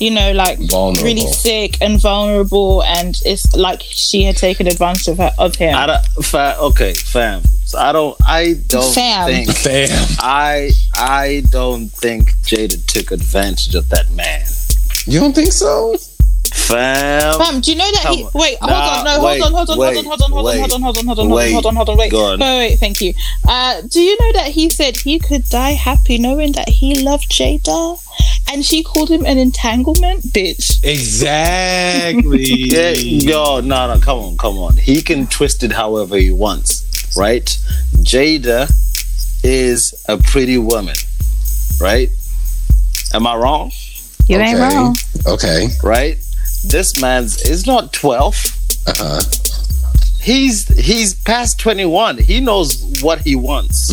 D: you know, like
C: Vulnerable.
D: really sick and vulnerable. And it's like she had taken advantage of, her, of him.
H: I don't, fa- okay, fam. So I don't, I don't
D: Fam.
H: think
C: Damn.
H: I I don't think Jada took advantage of that man.
C: You don't think so?
H: Fam.
D: Fam, do you know that
H: Come
D: he?
H: on.
D: Wait, hold
H: Nah,
D: on, no,
H: wait,
D: hold on, hold on,
H: wait,
D: hold on, hold on,
H: wait,
D: hold on, hold on, hold on, hold on,
H: wait.
D: hold on, hold on, wait,
H: Go on.
D: wait, wait, thank you. Uh, do you know that he said he could die happy knowing that he loved Jada, and she called him an entanglement, bitch.
C: Exactly.
H: Yeah, yo, no, no, come on, come on. He can twist it however he wants, right? Jada is a pretty woman, right? Am I wrong?
D: You
C: ain't Okay. wrong. Okay.
H: Right? This man's is not 12.
C: Uh huh.
H: He's he's past 21. He knows what he wants.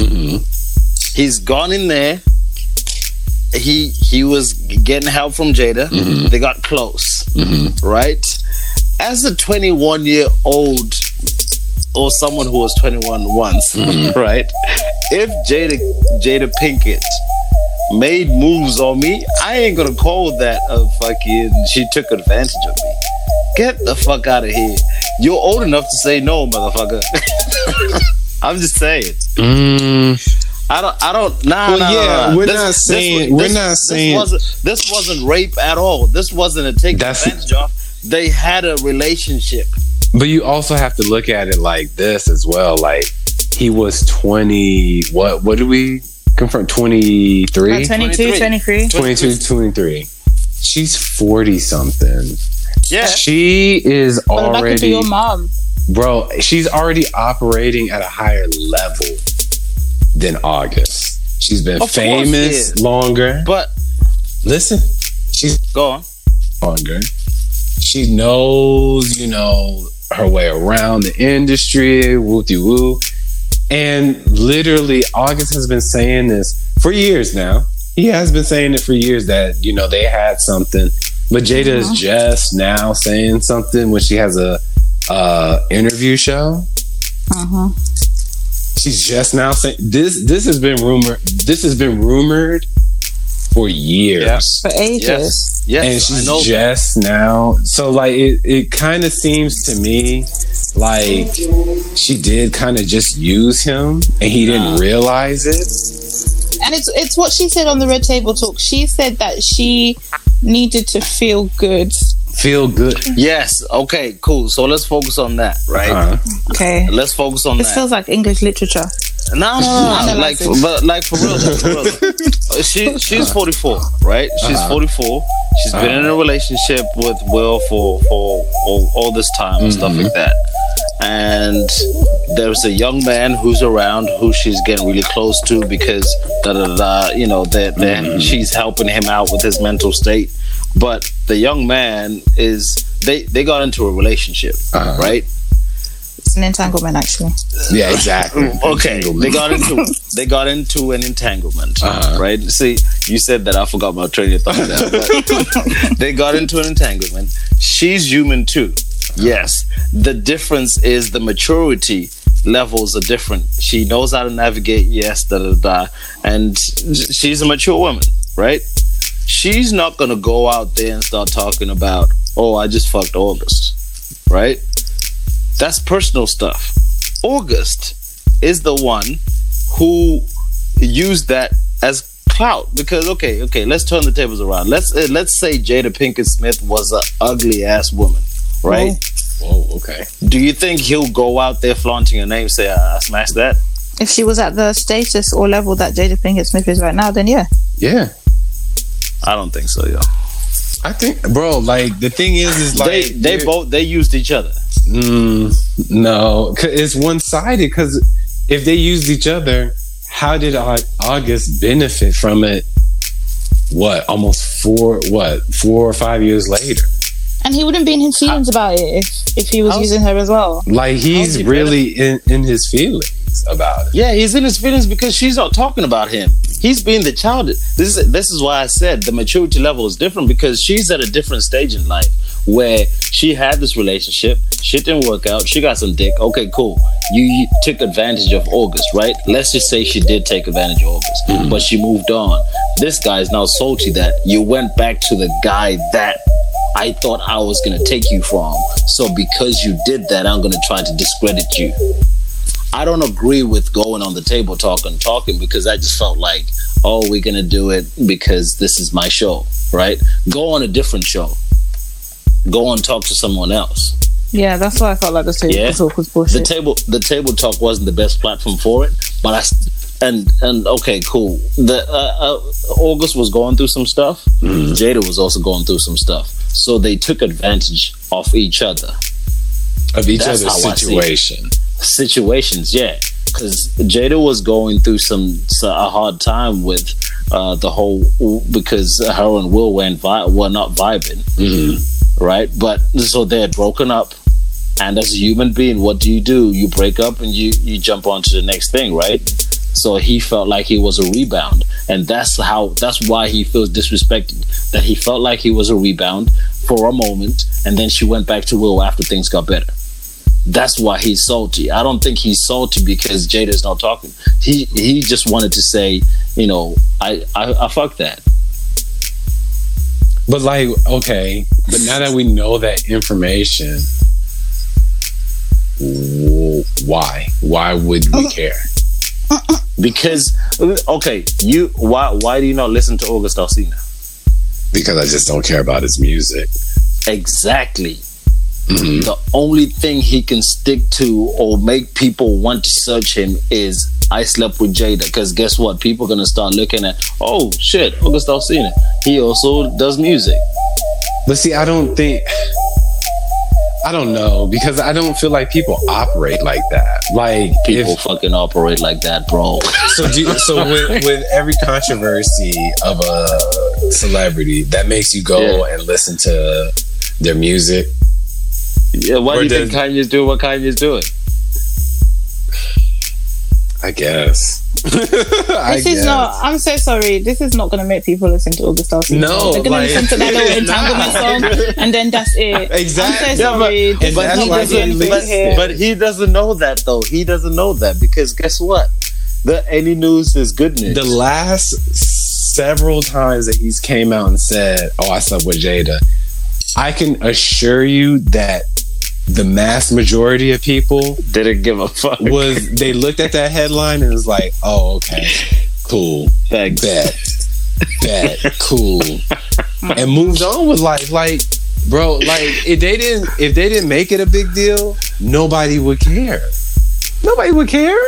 H: He's gone in there. He he was getting help from Jada. They got close, right? As a 21 year old or someone who was 21 once, right? If Jada Jada Pinkett made moves on me, I ain't gonna call that a fucking she took advantage of me. Get the fuck out of here. You're old enough to say no, motherfucker. I'm just saying.
C: Mm,
H: I don't. I don't. Nah.
C: Well,
H: nah, nah,
C: yeah,
H: nah.
C: we're not saying-
H: wa-
C: we're not saying-
H: This wasn't, this wasn't rape at all. This wasn't a take
C: That's-
H: advantage of. They had a relationship.
C: But you also have to look at it like this as well. Like he was twenty. What? What did we confirm? Twenty three.
H: 23.
D: 23.
C: 22, 23. She's 40 something.
H: Yeah.
C: She is
D: Well, that could be
C: already,
D: your mom.
C: bro, she's already operating at a higher level than August. She's been
H: Of course
C: famous
H: it is.
C: longer.
H: But
C: Listen, she's
H: go on.
C: longer. She knows, you know, her way around the industry, woo dee woo. And literally, August has been saying this for years now. He has been saying it for years that, you know, they had something. But Jada is just now saying something when she has a uh interview show. She's just now saying this this has been rumored this has been rumored for years
H: Yeah.
D: For ages.
H: Yes. Yes.
C: and she's
H: I know.
C: just now. So like it, it kind of seems to me like she did kind of just use him, and he didn't realize it.
D: And it's it's what she said on the Red Table Talk. She said that she
G: needed to feel good.
H: Feel good.
E: Yes. Okay. Cool. So let's focus on that, right?
G: Okay.
E: Let's focus on
G: This
E: that.
G: feels like English literature.
D: Oh.
E: No, no, no, no.
G: Analyze
E: like, for, but like for real, though, for real. though. Uh, she
C: Uh-huh.
E: she's forty four, right? She's forty four. She's been in a relationship with Will for for all, all this time and stuff like that. And there's a young man who's around who she's getting really close to because da da da. da, You know that that she's helping him out with his mental state. But the young man is they they got into a relationship,
C: Uh-huh.
E: right?
G: It's an entanglement, actually.
C: Yeah, exactly.
E: okay they got into they got into an entanglement right see you said that i forgot my train of thought there, but they got into an entanglement she's human too yes the difference is the maturity levels are different she knows how to navigate yes da da da and she's a mature woman right she's not gonna go out there and start talking about oh i just fucked august right that's personal stuff August is the one who used that as clout because okay, okay, let's turn the tables around. Let's uh, let's say Jada Pinkett Smith was an ugly ass woman, right?
H: Mm-hmm.
C: Whoa, okay.
E: Do you think he'll go out there flaunting her name, say "Ah, I, I smashed that?
G: If she was at the status or level that Jada Pinkett Smith is right now, then yeah.
C: Yeah.
E: I don't think so, yo.
C: I think, bro, like, the thing is, is like.
E: they they
C: dude-
E: both they used each other.
C: Mm, no, 'cause it's one sided. Because if they used each other, how did Au- August benefit from it? What almost four? What four or five years later?
G: And he wouldn't be in his feelings about it if, if he
E: Oh.
G: was using her as well.
C: Like he's
E: he
C: really in, in his feelings about it.
E: Yeah, he's in his feelings because she's not talking about him. He's being the child. This is this is why I said the maturity level is different because she's at a different stage in life where she had this relationship, shit didn't work out, she got some dick. Okay, cool. You, you took advantage of August, right? Let's just say she did take advantage of August, but she moved on. This guy is now salty that you went back to the guy that I thought I was gonna take you from. So because you did that, I'm gonna try to discredit you. I don't agree with going on the table talking, talking because I just felt like, oh, we're gonna do it because this is my show, right? Go on a different show. Go and talk to someone else.
G: Yeah, that's why I felt like the table
E: Yeah.
G: talk was
E: The
G: bullshit.
E: table, the table talk wasn't the best platform for it, but I s- and and okay, cool. The uh, uh, August was going through some stuff. Jada was also going through some stuff, so they took advantage of each other.
C: Of each
E: That's
C: other's
E: how I see it.
C: situation.
E: situations, yeah. Because Jada was going through some, so- a hard time with uh, the whole because her and Will went vi- were not vibing, right? But so they had broken up, and as a human being, what do you do? You break up and you you jump on to the next thing, right? So he felt like he was a rebound, and that's how that's why he feels disrespected. That he felt like he was a rebound for a moment, and then she went back to Will after things got better that's why he's salty. I don't think he's salty because Jada's not talking. He he just wanted to say, you know, I I, I fuck that.
C: But like, okay, but now that we know that information, w- why? Why would we care?
E: Because okay, you why why do you not listen to August Alsina?
C: Because I just don't care about his music.
E: Exactly. The only thing he can stick to or make people want to search him is I slept with Jada. Because guess what? People are going to start looking at, oh shit, August Alsina. He also does music.
C: But see, I don't think I don't know because I don't feel like people operate like that. Like
E: People
C: if
E: fucking operate like that, bro.
C: so, do you, so with, with every controversy of a celebrity, that makes you go and listen to their music.
E: Yeah, why
C: Or
E: do you think
C: does-
E: Kanye's doing what Kanye's doing?
C: I guess. I
G: This is not. I'm so sorry. This is not going to make people listen to August Alsina.
C: No,
G: they're going
C: like-
G: to listen to that little entanglement song, and then that's it.
C: Exactly.
G: I'm so sorry.
C: and that's
G: not gonna
C: why they
G: do anything
C: list
G: here.
C: it.
E: But he doesn't know that though. He doesn't know that because guess what? The any news is good news.
C: the last several times that he's came out and said, "Oh, I slept with Jada," I can assure you that the mass majority of people
E: didn't give a fuck.
C: was they looked at that headline and was like, "Oh, okay, cool,
E: Thanks.
C: bet, bet, cool." and moved on with life. Like, bro, like if they didn't if they didn't make it a big deal, nobody would care. Nobody would care.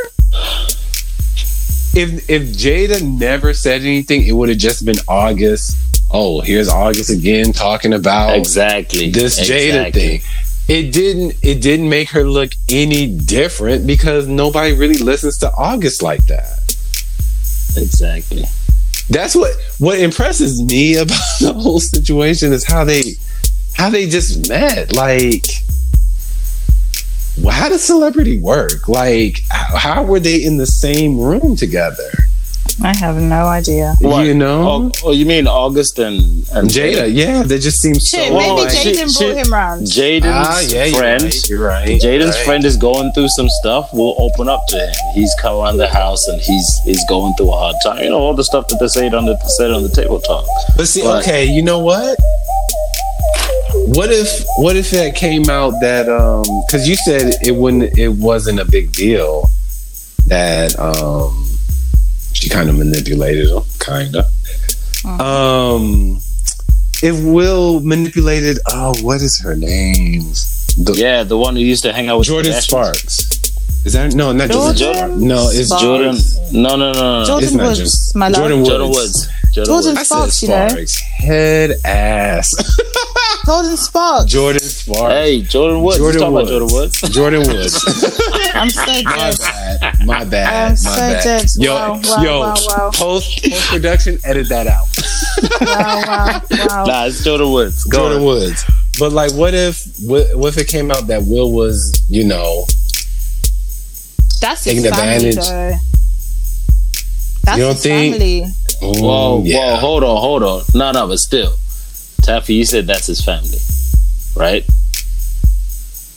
C: If if Jada never said anything, it would have just been August. Oh, here's August again talking about
E: Exactly.
C: this Jada
E: Exactly.
C: thing. It didn't it didn't make her look any different because nobody really listens to August like that.
E: Exactly.
C: that's what what impresses me about the whole situation is how they how they just met like well, how does celebrity work like how, how were they in the same room together
D: I have no idea.
K: What?
C: you know
E: Oh, oh, you mean August and, and
C: jada yeah they just seem so
D: Shit,
E: Well,
D: maybe
E: like,
D: Jaden
E: she-
D: brought him round.
E: Jaden's
C: Ah, yeah, you're
E: friend.
C: right, you're right,
E: Jaden's
C: right.
E: friend is going through some stuff. We'll open up to him. He's come around the house and he's he's going through a hard time. You know all the stuff that they said on the said on the table talk.
C: But see,
E: Right.
C: okay, you know what? What if what if that came out that um because you said it wouldn't it wasn't a big deal that um she kind of manipulated him, kinda.
D: Mm-hmm.
C: Um if Will manipulated oh what is her name? The,
E: Yeah, the one who used to hang out with
C: Jordan
E: the Kardashians.
C: Sparks. Is that no not Jordan,
E: Jordan
C: Sparks. No, it's
D: Sparks.
C: Jordan
E: Jordan. No, no, no, no. Jordan,
D: Jordan
C: not
D: Woods,
C: just-
D: my love.
C: Jordan Woods.
E: Woods. Jordan,
D: Jordan
E: Woods.
C: I said
D: Sparks, you know.
C: Sparks. Head ass.
D: Golden Sparks.
C: Jordan Sparks.
E: Hey, Jordan Woods.
C: Jordan
E: Jordan talking
C: Woods.
E: about Jordan Woods.
C: Jordan Woods.
D: I'm so dead.
C: bad. My bad.
D: I'm so dead.
C: Yo,
D: Wow, wow,
C: yo,
D: wow, wow.
C: post post production, edit that out.
D: Wow, wow, wow.
E: Nah, it's Jordan Woods. Go
C: Jordan Woods. But like, what if what, what if it came out that Will was, you know,
D: That's
C: Taking
D: his family,
C: advantage.
D: though. That's
C: You don't
D: his
C: think-
D: family.
E: Whoa,
C: mm, yeah.
E: whoa, hold on, hold on. No, no, but still. Taffy, you said that's his family, right?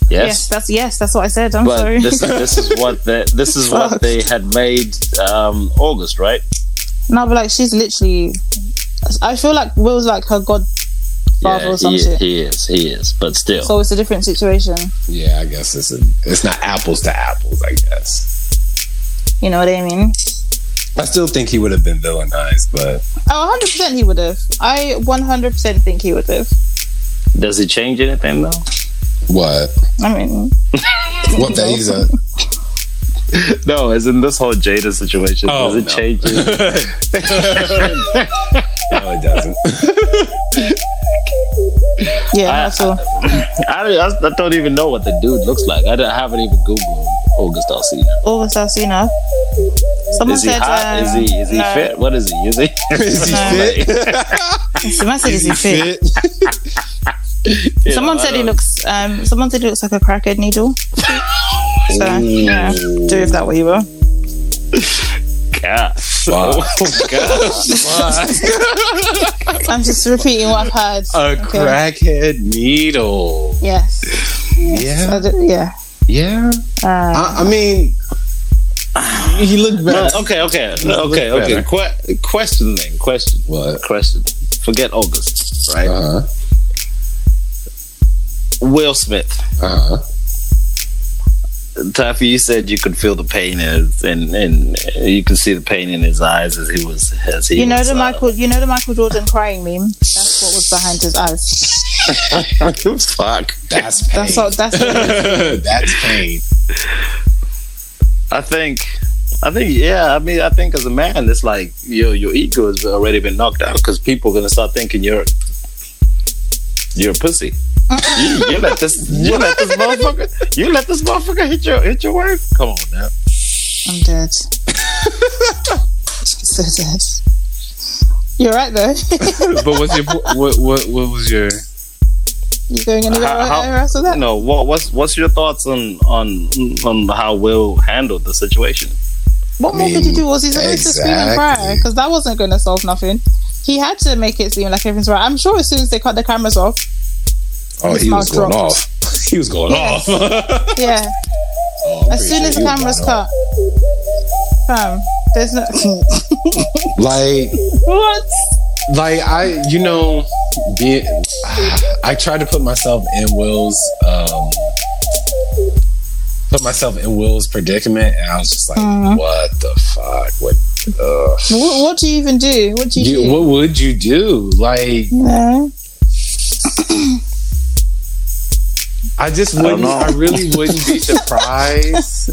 D: Yes.
E: Yes.
D: that's yes, that's what I said. I'm
E: but
D: sorry.
E: this this is what they, this is what they had made um, August, right?
D: no, but like she's literally. I feel like Will's like her godfather or some
E: he,
D: shit.
E: he is, he is, but still.
D: So it's a different situation.
C: yeah, I guess it's a, it's not apples to apples. I guess
D: You know what I mean?
C: I still think he would have been villainized, but
D: Oh, 100% he would have. I 100% think he would have.
E: Does it change anything though?
C: what?
D: I mean,
C: What that he's a
E: No, as in this whole Jada situation,
C: Oh,
E: does it
C: no.
E: change? it?
C: no, it doesn't.
D: yeah,
E: I-
D: that's all.
E: I, don't- I don't even know what the dude looks like. I, don't, I haven't even googled August Alsina.
D: August Alcina. Someone
E: Is he
D: said,
E: hot?
D: um,
E: is he is he
D: no.
E: fit? What is he? Is he?
C: Is he
D: No.
C: fit?
D: Someone said, is Uh, he fit?
E: You
D: Someone
E: know, I
D: said he
E: don't-
D: looks. Um, someone said he looks like a crackhead needle. so yeah, do with that what you will.
E: God.
C: Wow.
D: I'm just repeating what I've heard.
C: A
D: Okay.
C: crackhead needle.
D: Yes.
C: Yeah,
D: I do- yeah.
C: yeah.
D: Uh,
C: I, I mean, he looked
E: No,
C: better.
E: okay, okay, no, okay,
C: Look
E: okay.
C: better.
E: Que- question then, question,
C: What?
E: question. Forget August, right?
C: Uh huh.
E: Will Smith.
C: Uh huh.
E: Taffy, you said you could feel the pain in, in, in you could see the pain in his eyes as he was as he.
D: you know
E: was,
D: the
E: uh,
D: Michael. You know the Michael Jordan crying meme. That's what was behind his eyes.
E: Fuck.
C: That's pain.
D: That's what. That's what,
C: That's pain.
E: I think. I think yeah. I mean, I think as a man, it's like your your ego has already been knocked out because people are gonna start thinking you're you're a pussy. you, you let this you let this motherfucker you let this motherfucker hit your hit your wife. Come on now.
D: I'm dead. so dead. You're right though.
C: But what's your po- what what what was your
D: you going anywhere
E: How- how-
D: else with
E: You
D: that?
E: know what? What's what's your thoughts on on on how Will handled the situation?
D: What more could
C: mean,
D: you do? Was he supposed to scream and cry?
C: exactly.
D: Because that wasn't going to solve nothing. He had to make it seem like everything's right. I'm sure as soon as they cut the cameras off,
C: Oh,
D: His
C: he was
D: mouth
C: going
D: dropped.
C: off. He was going
D: Yes.
C: off.
D: yeah.
C: Oh, I'm
D: As soon
C: pretty
D: as
C: sure
D: the
C: he was
D: cameras
C: going off.
D: cut, fam, there's no
C: like
D: what.
C: like I you know, being I tried to put myself in Will's um Mm-hmm. put myself in Will's predicament, and I was just like, what the fuck would Ugh.
D: What, what do you even do? What do you,
C: You-
D: do?
C: what would you do? Like,
D: No.
C: I just wouldn't. I, really wouldn't be surprised.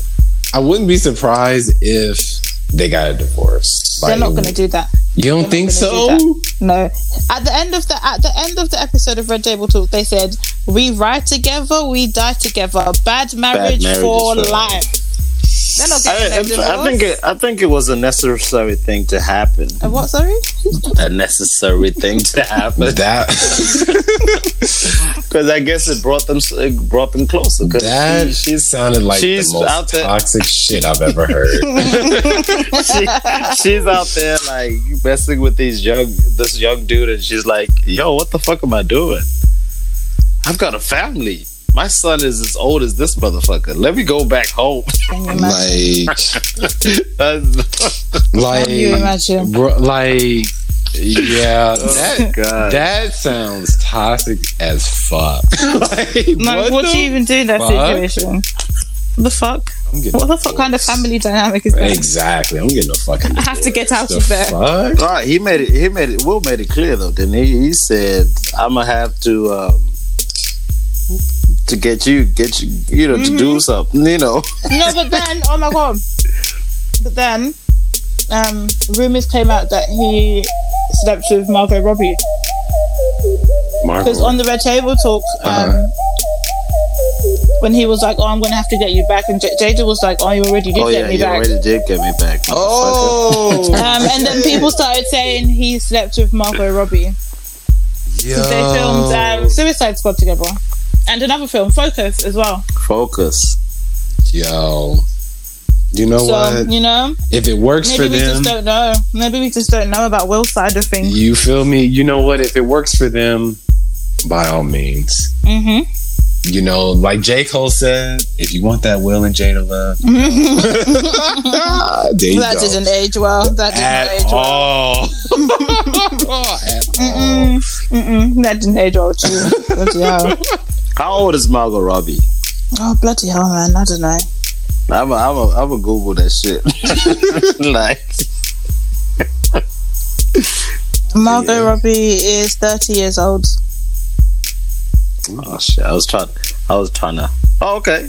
C: I wouldn't be surprised if they got a divorce.
D: They're not
C: Like,
D: going to do that.
C: You don't
D: they're
C: think
D: not
C: so?
D: gonna No. At the end of the at the end of the episode of Red Table Talk, they said, "We ride together, we die together. Bad marriage,
H: marriage
D: for
H: is for
D: life." They're not getting
H: I,
D: no divorce.
H: I, I think it, I think it was a necessary thing to happen.
D: A Uh, what? Sorry.
H: A necessary thing to happen
C: That
H: because I guess it brought them s- it brought them closer. 'cause
C: that
H: she-
C: sounded like
H: she's
C: the most
H: out there-
C: toxic shit I've ever heard.
H: she, she's out there like messing with these young this young dude and she's like yo what the fuck am i doing i've got a family my son is as old as this motherfucker let me go back home
D: Can you imagine?
C: like,
H: That's-
D: Can you
C: like,
D: imagine?
C: bro, like, yeah, that
H: god
C: that sounds toxic as fuck. like,
D: No,
C: what
D: what,
C: the-
D: do you even do in that
C: fuck?
D: situation? The fuck?
C: I'm getting
D: What the fuck kind of family dynamic is that?
C: Exactly, I'm getting a fucking.
D: I have to get out
C: The
D: of there.
C: fuck?
H: All right, he made it he made it will made it clear though didn't he he said i'm gonna have to um to get you get you you know to do something you know
D: No, but then, oh my god. But then, um, rumors came out that he slept with Margot Robbie.
C: Marvel.
D: Because on the Red Table Talk, um,
C: Uh-huh.
D: when he was like, oh, I'm going to have to get you back, and J- Jada was like, oh, you already did
H: oh
D: get
H: yeah
D: me
H: you
D: back.
H: already did get me back
C: Oh,
D: Um, and then people started saying he slept with Margot Robbie.
C: yo.
D: 'Cause They filmed um, Suicide Squad together. And another film, Focus, as well.
H: motherfucker. focus
C: Yo, you know
D: So,
C: what?
D: you know,
C: If it works
D: maybe
C: Oh, for
D: we
C: them,
D: just don't know. Maybe we just don't know about Will's side of things.
C: you feel me? You know what? If it works for them, by all means.
D: hmm
C: You know, like J. Cole said, if you want that Will and Jada love, there you
D: That
C: go.
D: didn't age well. That didn't
C: At
D: age well.
C: all. At all.
D: Mm-mm. Mm-mm. That didn't age well with you. bloody hell.
H: how old is margot robbie
D: Oh, bloody hell, man. I don't know.
H: I'm a, I'm a, I'm a Google that shit. like,
D: Margot Robbie is 30 years old.
H: oh shit! I was trying, I was trying to. Oh, okay.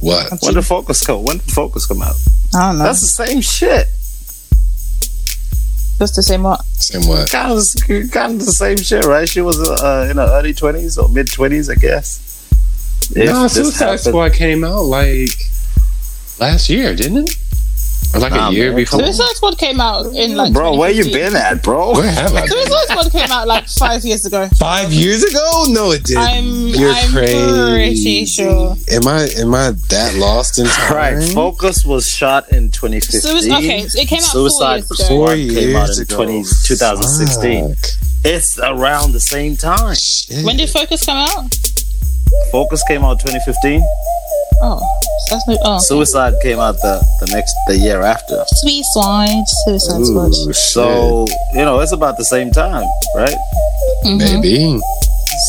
C: What?
H: When did Focus come? When did Focus come out?
D: I don't know.
H: That's the same shit.
D: Just the same what?
C: Same what?
H: Kind of, kind of the same shit, right? She was uh, in her early twenties or mid twenties, I guess. If
C: No,
H: this
C: Suicide
H: happened-
C: Squad came out like last year, didn't it? Or like
H: Nah,
C: a year
H: man.
C: before?
D: Suicide Squad came out in like.
H: bro, where you
D: 2015.
H: been at, bro?
C: Where have I been?
D: Suicide Squad came out like five years ago.
C: Five years ago? No, it didn't.
D: I'm,
C: You're
D: I'm pretty
C: crazy.
D: sure.
C: Am I am I that lost in time?
H: Right, Focus was shot in 2015.
D: Sui- okay, so it came out four
H: Suicide
D: years ago.
H: Squad
C: Four
H: came out
C: years
H: in
C: ago.
H: 20, 2016.
C: Fuck.
H: It's around the same time.
C: Shit.
D: When did Focus come out?
H: Focus came out 2015.
D: Oh, so that's no. Oh,
H: Suicide came out the, the next the year after.
D: Suicide, Suicide Squad.
C: Ooh,
H: So you know it's about the same time, right?
C: shit. maybe.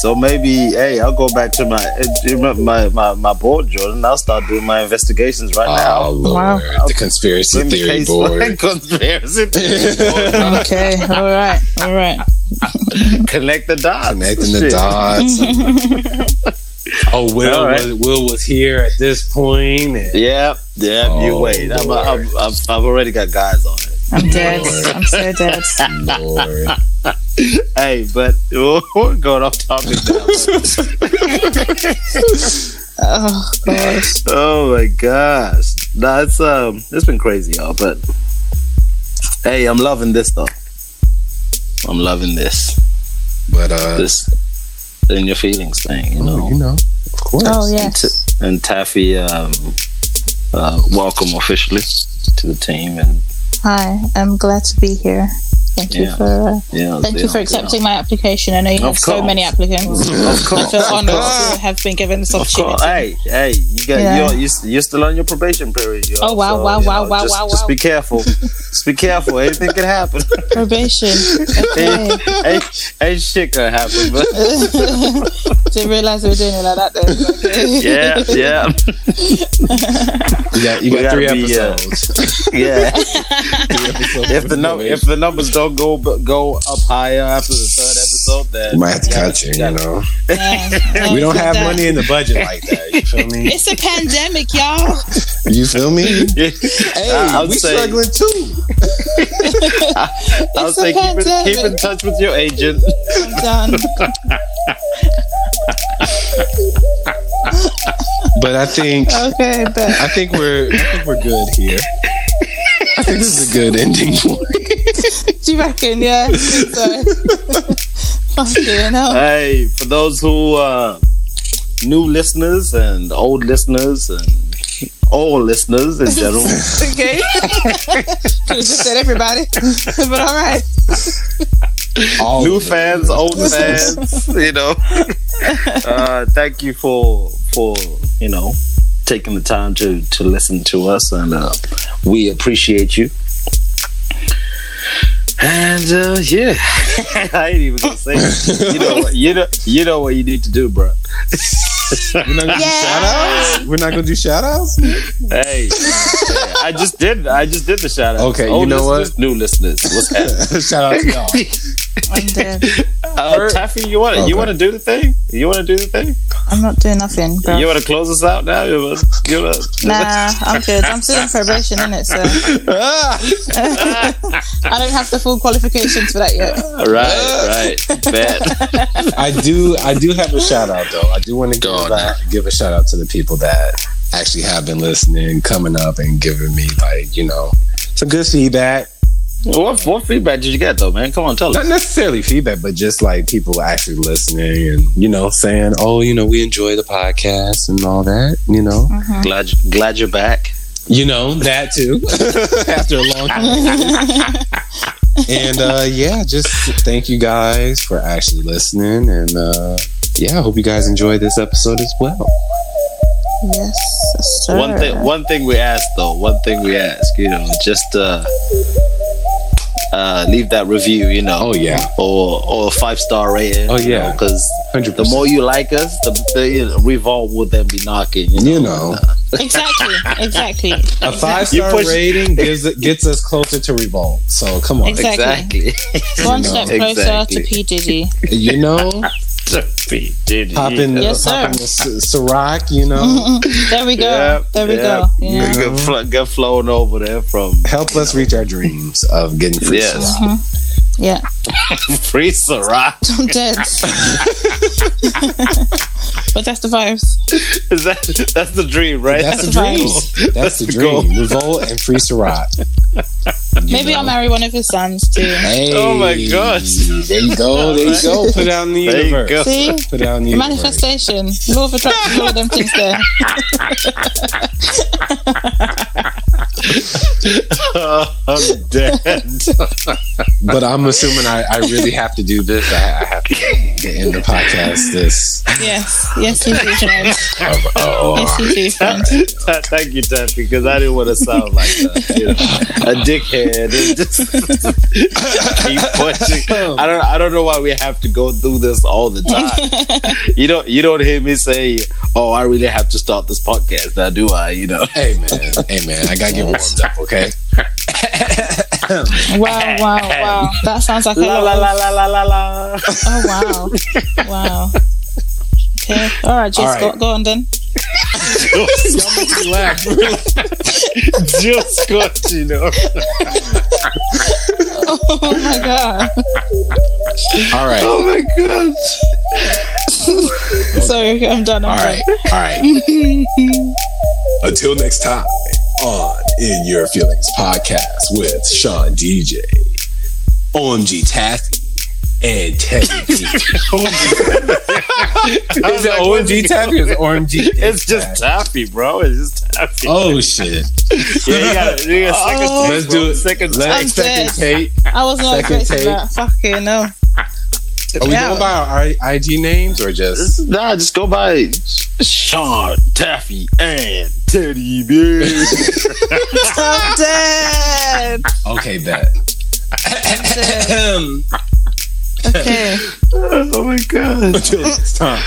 H: So maybe hey, I'll go back to my eh, you remember my my, my board, Jordan. I'll start doing my investigations right
C: Oh
H: now.
C: lord, the conspiracy
H: In
C: theory
H: case-
C: board.
H: conspiracy theory board.
D: Mm-hmm. Okay, all right, all right.
H: Connect the dots.
C: Connecting the
H: Shit.
C: dots. oh, Will,
H: All right.
C: was, Will was here at this point. and-
H: Yep, yep. you
C: Oh,
H: wait. I'm,
C: Lord.
H: I'm, I'm, I've already got guys on it.
D: I'm dead. I'm so dead.
C: Lord.
H: Hey, but oh, we're going off topic now.
D: Oh gosh.
H: Oh my gosh. Nah, it's um it's been crazy, y'all, but hey, I'm loving this though. I'm loving this.
C: But uh,
H: This in your feelings thing, you
C: oh,
H: know.
C: you know, of course.
D: Oh
H: And,
D: yes.
H: t- and Taffy um
D: Mm-hmm.
H: uh welcome officially to the team and
D: Hi, I'm glad to be here. Thank you
H: Yeah.
D: for uh,
H: yeah.
D: thank you for accepting my application. I know you
H: Of
D: have so
H: course.
D: many applicants.
H: Of
D: I
H: course.
D: feel honored to have been given this
H: Of course.
D: opportunity.
H: Hey, hey, you got
D: Yeah.
H: you're, you're, s- you're still on your probation period. Y'all.
D: Oh, wow,
H: so,
D: wow,
H: you
D: wow,
H: know,
D: wow,
H: just,
D: wow,
H: Just
D: wow.
H: be careful. just be careful. Anything can happen.
D: Probation. Okay.
H: ain't, ain't, ain't shit gonna happen, but
D: Didn't realize we were doing it like that. Though.
H: yeah, yeah.
C: Yeah, you
H: We
C: got three
H: gotta be, uh,
C: episodes.
H: yeah.
F: if the num- if the numbers don't go go up higher after the third episode,
C: You
F: then
C: might have to cut you, you know. we don't have money in the budget like that. You feel me?
D: It's a pandemic, y'all.
C: You feel me? Hey,
H: I- I would
C: we
H: say-
C: struggling too.
H: I'll
D: It's a
H: say keep, in-
D: pandemic.
H: keep in touch with your agent.
D: I'm done.
C: But I think
D: Okay, but
C: I think we're I think we're good here. I think this is a good ending point.
D: do you reckon? Yeah. I think So. Fucking hell.
H: Hey, for those who uh new listeners and old listeners and all listeners in general,
D: Okay. Should've just said everybody, but all right.
C: All
H: new
C: of it.
H: fans, old fans, you know. Uh thank you for for, you know, taking the time to to listen to us and uh we appreciate you. And uh yeah. I ain't even gonna say it. you know what you know you know what you need to do, bro.
C: We're not gonna do shout outs? We're not gonna do shout outs?
H: Hey, I just did. I just did the shout out.
C: Okay, you know what?
H: New listeners, what's happening?
C: shout out to y'all.
D: I'm dead.
H: Uh, Taffy, you want to
C: Okay.
H: you want to do the thing? You want to do the thing?
D: I'm not doing nothing, bro.
H: You want to close us out now? You wanna, you wanna,
D: Nah, I'm good. I'm still in probation, innit? So I don't have the full qualifications for that yet.
H: right, right, bet.
C: I do I do have a shout out though. I do want to give,
F: on
C: uh, give a shout out to the people that actually have been listening, coming up and giving me like, you know, some good feedback.
H: What what feedback did you get though, man? Come on, tell us.
C: Not necessarily feedback, but just like people actually listening and, you know, saying, Oh, you know, we enjoy the podcast and all that, you know.
D: Mm-hmm.
H: Glad glad you're back.
C: You know, that too. After a long time. and uh yeah, just thank you guys for actually listening and uh yeah, I hope you guys enjoy this episode as well.
D: Yes, sir.
H: One thing one thing we ask though, one thing we ask, you know, just uh uh leave that review, you know.
C: Oh yeah.
H: Or or a five star rating.
C: Oh, yeah.
H: because
C: Hundred
H: the more you like us, the, the you know, revolt will then be knocking. You know,
C: you know,
D: Exactly. Exactly.
C: a five star
H: push-
C: rating gives it, gets us closer to revolt. So come on,
D: Exactly.
H: exactly.
D: One
C: know.
D: step closer to
H: Exactly.
D: P Diddy.
C: you know,
H: Did
C: pop in the,
D: Yes,
C: pop
D: sir. Mm-hmm.
C: in the S- Ciroc, you know,
D: There we go. there we go. Yeah.
H: Get, fl- get flown over there from
C: help us reach our dreams of getting free.
H: Yes.
C: Ciroc.
D: Yeah.
H: free Surat.
D: I'm dead. but that's the vibes.
H: Is that that's the dream, right?
C: That's the
D: the
C: dream. That's, the
H: the
C: dream. Revolt and free Ciroc.
D: Maybe I'll marry one of his sons too.
C: Hey,
H: Oh my gosh.
C: There you go. There you go. Put it out in the
H: There you
C: universe.
H: go.
D: See?
C: Put it out in the universe.
D: Manifestation. Law of attraction, all of them things there.
H: I'm dead.
C: But I'm assuming I, I really have to do this. I, I have to end the podcast. This.
D: Yes. Yes, you do, friend.
C: Oh, oh,
D: Yes, you do, friend.
H: Thank you, Taffy, because I didn't want to sound like that. You know, a dickhead. It's just keep pushing. I don't. I don't know why we have to go through this all the time. You don't. You don't hear me say, "Oh, I really have to start this podcast." Now, do I? You know.
C: Hey man, hey man, I gotta get warmed up, okay?
D: Wow, wow, wow. That sounds like a
H: La
D: lot
H: la
D: of-
H: la la la la la.
D: Oh wow. Wow. Okay. All right, just
C: All right.
D: Go, go on then.
H: Just got you know.
D: Oh my god.
C: All right, all
D: Sorry, I'm done. I'm
C: right, all right. Until next time on In Your Feelings podcast with Sean DJ, OMG Taffy, and Teddy. P. Is it OMG Taffy or is it OMG?
H: It's just Taffy, bro. It's just Taffy.
C: Oh shit!
H: Yeah, you got you got second.
D: Oh.
H: Let's do it. Second.
D: I'm
C: Second
D: dead.
C: Kate.
D: I was not
C: Second
D: expecting
C: take.
D: that. Fucking no.
C: Are we
D: Yeah.
C: going by our I- IG names or just?
H: Nah, just go by Sean Taffy and Teddy Bear.
D: I'm dead.
C: Okay, bet.
D: Okay.
H: oh my god.
C: Until next time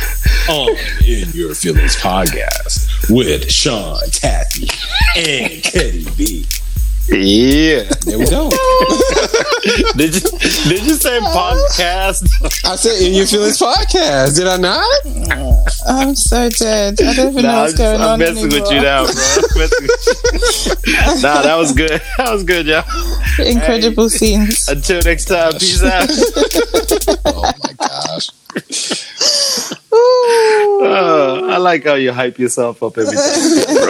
C: on In Your Feelings podcast with Sean Taffy and Teddy B.
L: Yeah.
C: There we go.
H: Did you did you say podcast?
C: I said in your feelings podcast. Did I not?
D: I'm so dead. I don't even know
H: Nah,
D: what's going on.
H: I'm messing with you
D: anymore.
H: now, bro. I'm messing with you. nah, that was good. That was good, y'all.
D: Incredible scenes.
H: Until next time, peace out.
C: Oh my gosh.
H: Uh, I like how you hype yourself up every time.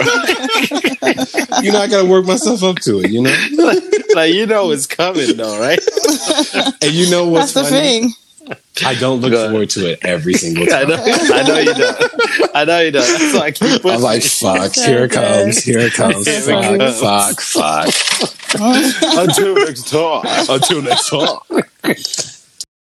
C: You know I gotta work myself up to it, you know?
H: Like you know it's coming though, right?
C: And you know what's
D: That's the
C: funny?
D: thing.
C: I don't look
H: Go
C: forward to it every single
H: I
C: time.
H: know, I know you don't. I know you don't. That's why I keep pushing.
C: I'm like, fuck, here it comes, here it comes.
H: funny.
C: Fuck, fuck, fuck.
H: until next time.
C: Until next time.